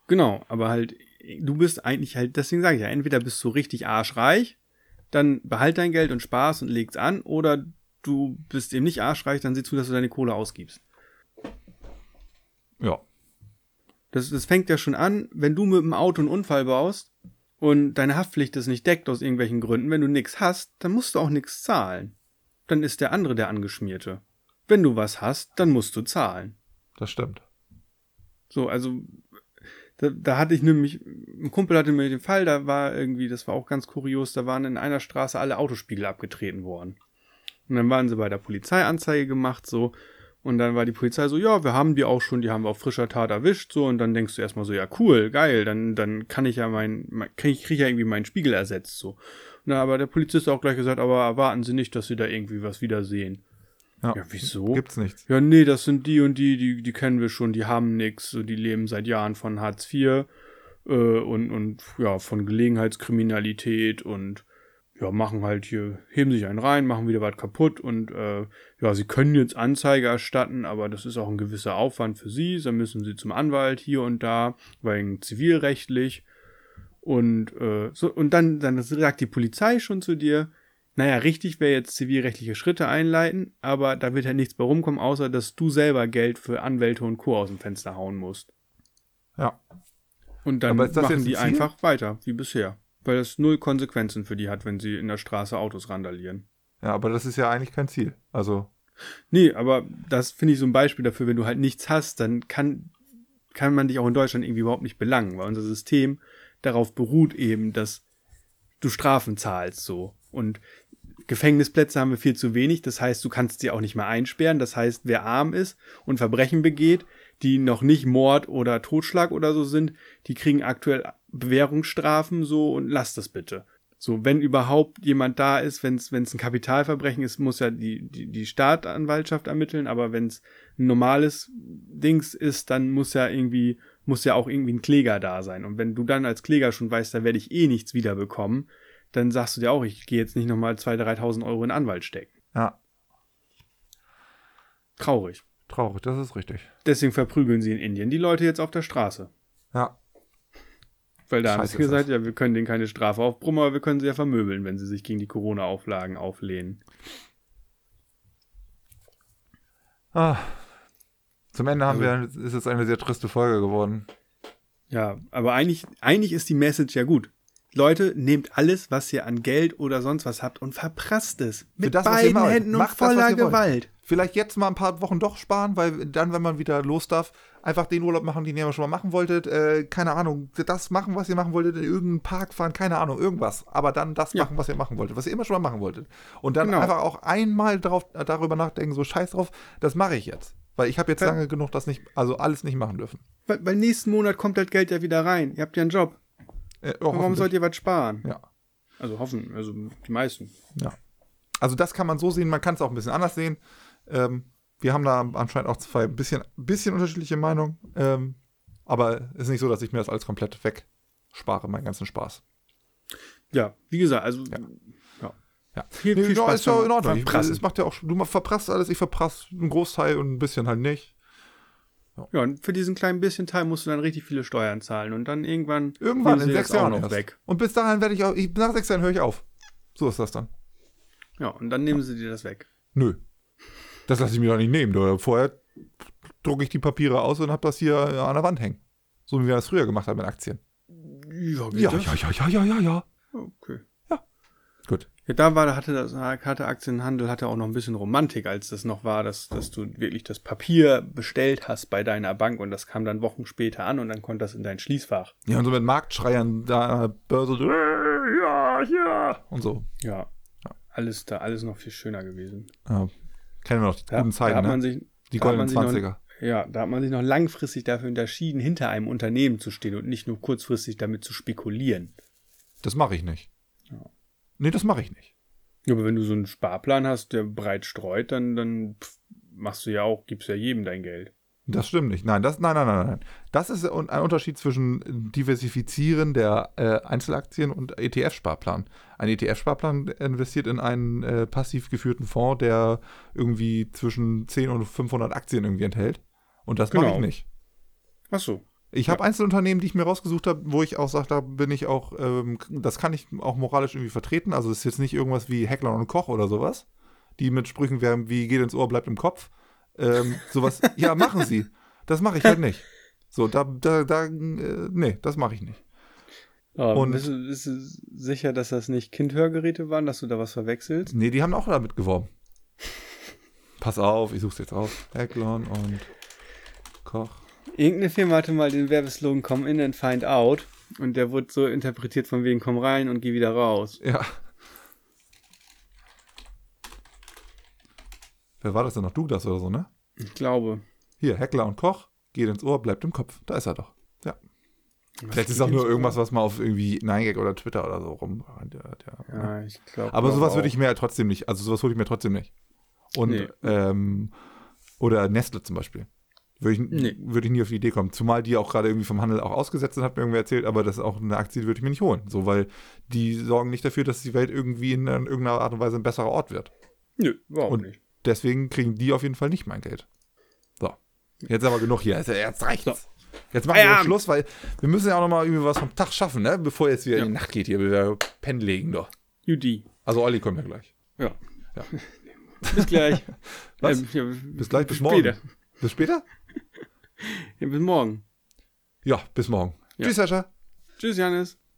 Speaker 1: Genau, aber halt, du bist eigentlich halt, deswegen sage ich ja, entweder bist du richtig arschreich, dann behalt dein Geld und Spaß und leg's an, oder du bist eben nicht arschreich, dann sieh zu, dass du deine Kohle ausgibst.
Speaker 2: Ja.
Speaker 1: Das, das fängt ja schon an, wenn du mit dem Auto einen Unfall baust und deine Haftpflicht ist nicht deckt aus irgendwelchen Gründen, wenn du nichts hast, dann musst du auch nichts zahlen. Dann ist der andere der Angeschmierte. Wenn du was hast, dann musst du zahlen.
Speaker 2: Das stimmt.
Speaker 1: So, also da, da hatte ich nämlich, ein Kumpel hatte mir den Fall, da war irgendwie, das war auch ganz kurios, da waren in einer Straße alle Autospiegel abgetreten worden. Und dann waren sie bei der Polizei Anzeige gemacht, so. Und dann war die Polizei so, ja, wir haben die auch schon, die haben wir auf frischer Tat erwischt, so. Und dann denkst du erstmal so, ja, cool, geil, dann, dann kann ich ja mein, mein krieg, ich- krieg ich ja irgendwie meinen Spiegel ersetzt, so. Und dann aber der Polizist auch gleich gesagt, aber erwarten Sie nicht, dass Sie da irgendwie was wiedersehen.
Speaker 2: Ja.
Speaker 1: Ja, wieso?
Speaker 2: Gibt's nichts.
Speaker 1: Ja, nee, das sind die und die, die, die kennen wir schon, die haben nix, so, die leben seit Jahren von Hartz IV äh, und, und ja, von Gelegenheitskriminalität und ja, machen halt hier, heben sich einen rein, machen wieder was kaputt und äh, ja, sie können jetzt Anzeige erstatten, aber das ist auch ein gewisser Aufwand für sie, dann müssen sie zum Anwalt hier und da, wegen zivilrechtlich und äh, so, und dann, dann sagt die Polizei schon zu dir, naja, richtig wäre jetzt zivilrechtliche Schritte einleiten, aber da wird ja nichts bei rumkommen, außer dass du selber Geld für Anwälte und Co. aus dem Fenster hauen musst.
Speaker 2: Ja.
Speaker 1: Und dann
Speaker 2: Aber ist das
Speaker 1: machen
Speaker 2: jetzt
Speaker 1: die
Speaker 2: ein Ziel?
Speaker 1: einfach weiter, wie bisher. Weil das null Konsequenzen für die hat, wenn sie in der Straße Autos randalieren.
Speaker 2: Ja, aber das ist ja eigentlich kein Ziel. Also,
Speaker 1: Nee, aber das finde ich so ein Beispiel dafür, wenn du halt nichts hast, dann kann, kann man dich auch in Deutschland irgendwie überhaupt nicht belangen, weil unser System darauf beruht eben, dass du Strafen zahlst so. Und Gefängnisplätze haben wir viel zu wenig, das heißt, du kannst sie auch nicht mehr einsperren. Das heißt, wer arm ist und Verbrechen begeht, die noch nicht Mord oder Totschlag oder so sind, die kriegen aktuell Bewährungsstrafen so und lass das bitte. So, wenn überhaupt jemand da ist, wenn es ein Kapitalverbrechen ist, muss ja die, die, die Staatsanwaltschaft ermitteln, aber wenn es ein normales Dings ist, dann muss ja irgendwie, muss ja auch irgendwie ein Kläger da sein. Und wenn du dann als Kläger schon weißt, da werde ich eh nichts wiederbekommen, dann sagst du dir auch, ich gehe jetzt nicht nochmal 2.000, 3.000 Euro in Anwalt stecken.
Speaker 2: ja,
Speaker 1: Traurig.
Speaker 2: traurig, das ist richtig.
Speaker 1: Deswegen verprügeln sie in Indien die Leute jetzt auf der Straße.
Speaker 2: Ja,
Speaker 1: Weil da haben
Speaker 2: Scheiße
Speaker 1: sie
Speaker 2: ist das.
Speaker 1: gesagt, ja, wir können denen keine Strafe aufbrummen, aber wir können sie ja vermöbeln, wenn sie sich gegen die Corona-Auflagen auflehnen.
Speaker 2: Ah. Zum Ende haben
Speaker 1: Also-
Speaker 2: wir, ist es eine sehr triste Folge geworden.
Speaker 1: Ja, aber eigentlich, eigentlich ist die Message ja gut. Leute, nehmt alles, was ihr an Geld oder sonst was habt und verprasst es. Mit
Speaker 2: das, was ihr
Speaker 1: beiden
Speaker 2: wollt.
Speaker 1: Händen und
Speaker 2: Macht das, was
Speaker 1: voller
Speaker 2: ihr wollt.
Speaker 1: Gewalt.
Speaker 2: Vielleicht jetzt mal ein paar Wochen doch sparen, weil dann, wenn man wieder los darf, einfach den Urlaub machen, den ihr schon mal machen wolltet. Äh, keine Ahnung, das machen, was ihr machen wolltet, in irgendeinen Park fahren, keine Ahnung, irgendwas. Aber dann das
Speaker 1: Ja.
Speaker 2: machen, was ihr machen wolltet, was ihr immer schon mal machen wolltet. Und dann
Speaker 1: Genau.
Speaker 2: äh, einfach auch einmal drauf, darüber nachdenken, so scheiß drauf, das mache ich jetzt. Weil ich habe jetzt
Speaker 1: Ja.
Speaker 2: lange genug das nicht, also alles nicht machen dürfen.
Speaker 1: Weil, weil nächsten Monat kommt das Geld ja wieder rein. Ihr habt ja einen Job.
Speaker 2: Äh, oh,
Speaker 1: Warum
Speaker 2: hoffentlich.
Speaker 1: sollt ihr was sparen?
Speaker 2: Ja.
Speaker 1: Also hoffen, also die meisten.
Speaker 2: Ja. Also das kann man so sehen, man kann es auch ein bisschen anders sehen. Ähm, wir haben da anscheinend auch zwei ein bisschen, bisschen unterschiedliche Meinungen. Ähm, aber es ist nicht so, dass ich mir das alles komplett wegspare, meinen ganzen Spaß.
Speaker 1: Ja, wie gesagt, also
Speaker 2: Ja.
Speaker 1: ja.
Speaker 2: Ja.
Speaker 1: Viel-
Speaker 2: Nee,
Speaker 1: viel
Speaker 2: ja,
Speaker 1: Spaß
Speaker 2: ist ja
Speaker 1: beim
Speaker 2: in Ordnung. Ich,
Speaker 1: Verprassen.
Speaker 2: es macht ja auch, du verprasst alles, ich verprasse einen Großteil und ein bisschen halt nicht.
Speaker 1: Ja, und für diesen kleinen bisschen Teil musst du dann richtig viele Steuern zahlen und dann irgendwann
Speaker 2: Irgendwann
Speaker 1: nehmen
Speaker 2: in
Speaker 1: sie
Speaker 2: sechs
Speaker 1: das auch
Speaker 2: Jahren
Speaker 1: noch
Speaker 2: erst.
Speaker 1: weg.
Speaker 2: Und bis dahin werde ich auch, ich, nach sechs Jahren höre ich auf. So ist das dann.
Speaker 1: Ja, und dann nehmen sie dir das weg.
Speaker 2: Nö. Das lasse ich mir doch nicht nehmen. Oder vorher drucke ich die Papiere aus und habe das hier an der Wand hängen. So wie wir das früher gemacht haben mit Aktien.
Speaker 1: Ja, geht
Speaker 2: Ja,
Speaker 1: das?
Speaker 2: ja, ja, ja, ja, ja, ja.
Speaker 1: Okay.
Speaker 2: Gut.
Speaker 1: Ja, da war, hatte das, hatte Aktienhandel hatte auch noch ein bisschen Romantik, als das noch war, dass, dass du wirklich das Papier bestellt hast bei deiner Bank und das kam dann Wochen später an und dann konnte das in dein Schließfach.
Speaker 2: Ja, und so mit Marktschreiern da an der Börse. so, äh, Ja, ja. Und so.
Speaker 1: Ja. Alles da, alles noch viel schöner gewesen.
Speaker 2: Ja. Kennen wir noch die
Speaker 1: Da,
Speaker 2: guten
Speaker 1: da
Speaker 2: Zeiten,
Speaker 1: hat man
Speaker 2: ne?
Speaker 1: sich,
Speaker 2: Die
Speaker 1: da hat
Speaker 2: goldenen
Speaker 1: man sich noch-
Speaker 2: 20er.
Speaker 1: Ja, da hat man sich noch langfristig dafür unterschieden, hinter einem Unternehmen zu stehen und nicht nur kurzfristig damit zu spekulieren.
Speaker 2: Das mache ich nicht.
Speaker 1: Ja.
Speaker 2: Nee, das mache ich nicht.
Speaker 1: Ja, aber wenn du so einen Sparplan hast, der breit streut, dann, dann pff, machst du ja auch, gibst ja jedem dein Geld.
Speaker 2: Das stimmt nicht. Nein, das, nein, nein, nein, nein. Das ist un- ein Unterschied zwischen Diversifizieren der äh, Einzelaktien und ETF-Sparplan. Ein ETF-Sparplan investiert in einen äh, passiv geführten Fonds, der irgendwie zwischen 10 und 500 Aktien irgendwie enthält. Und das mache
Speaker 1: Genau.
Speaker 2: ich nicht.
Speaker 1: Ach so.
Speaker 2: Ich habe Einzelunternehmen, die ich mir rausgesucht habe, wo ich auch sage, da bin ich auch, ähm, das kann ich auch moralisch irgendwie vertreten. Also es ist jetzt nicht irgendwas wie Heckler und Koch oder sowas, die mit Sprüchen werden wie geht ins Ohr, bleibt im Kopf. Ähm, sowas, ja, machen sie. Das mache ich halt nicht. So, da, da, da, äh, nee, das mache ich nicht. Und-
Speaker 1: und Ähm, bist, du- bist du sicher, dass das nicht Kindhörgeräte waren, dass du da was verwechselst?
Speaker 2: Nee, die haben auch damit geworben. Pass auf, ich such's jetzt auf. Hecklon und Koch.
Speaker 1: Irgendeine Firma hatte mal den Werbeslogan Come in and find out und der wurde so interpretiert von wegen komm rein und geh wieder raus.
Speaker 2: Ja. Wer war das denn noch? Douglas oder so, ne?
Speaker 1: Ich glaube.
Speaker 2: Hier, Heckler und Koch, geht ins Ohr, bleibt im Kopf. Da ist er doch. Ja. Vielleicht ist
Speaker 1: geht
Speaker 2: auch nur
Speaker 1: ins
Speaker 2: irgendwas, was mal auf irgendwie 9gag oder Twitter oder so rum. Ja, ja.
Speaker 1: Ja, ich glaube.
Speaker 2: ne? Aber sowas würde ich mir ja trotzdem nicht, also sowas hole ich mir trotzdem nicht. Und,
Speaker 1: Nee.
Speaker 2: ähm, oder Nestle zum Beispiel. Würde ich,
Speaker 1: Nee.
Speaker 2: würde ich nie auf die Idee kommen. Zumal die auch gerade irgendwie vom Handel auch ausgesetzt sind, hat mir irgendwer erzählt, aber das ist auch eine Aktie, die würde ich mir nicht holen. So, weil die sorgen nicht dafür, dass die Welt irgendwie in irgendeiner Art und Weise ein besserer Ort wird.
Speaker 1: Nö, überhaupt
Speaker 2: Und-
Speaker 1: nicht.
Speaker 2: Deswegen kriegen die auf jeden Fall nicht mein Geld. So. Jetzt aber genug hier. Jetzt, jetzt reicht's.
Speaker 1: So.
Speaker 2: Jetzt machen wir
Speaker 1: Feierabend.
Speaker 2: Schluss, weil wir müssen ja auch noch mal irgendwie was vom Tag schaffen, ne? Bevor jetzt wieder
Speaker 1: Ja.
Speaker 2: in die Nacht geht hier, wir pennen legen doch.
Speaker 1: UD.
Speaker 2: Also Olli kommt ja gleich.
Speaker 1: Ja.
Speaker 2: Ja.
Speaker 1: bis gleich.
Speaker 2: Was?
Speaker 1: Ähm, ja,
Speaker 2: Bis gleich, bis
Speaker 1: später.
Speaker 2: morgen. Bis später?
Speaker 1: Ja, bis morgen.
Speaker 2: Ja, bis morgen.
Speaker 1: Ja.
Speaker 2: Tschüss, Sascha.
Speaker 1: Tschüss, Janis.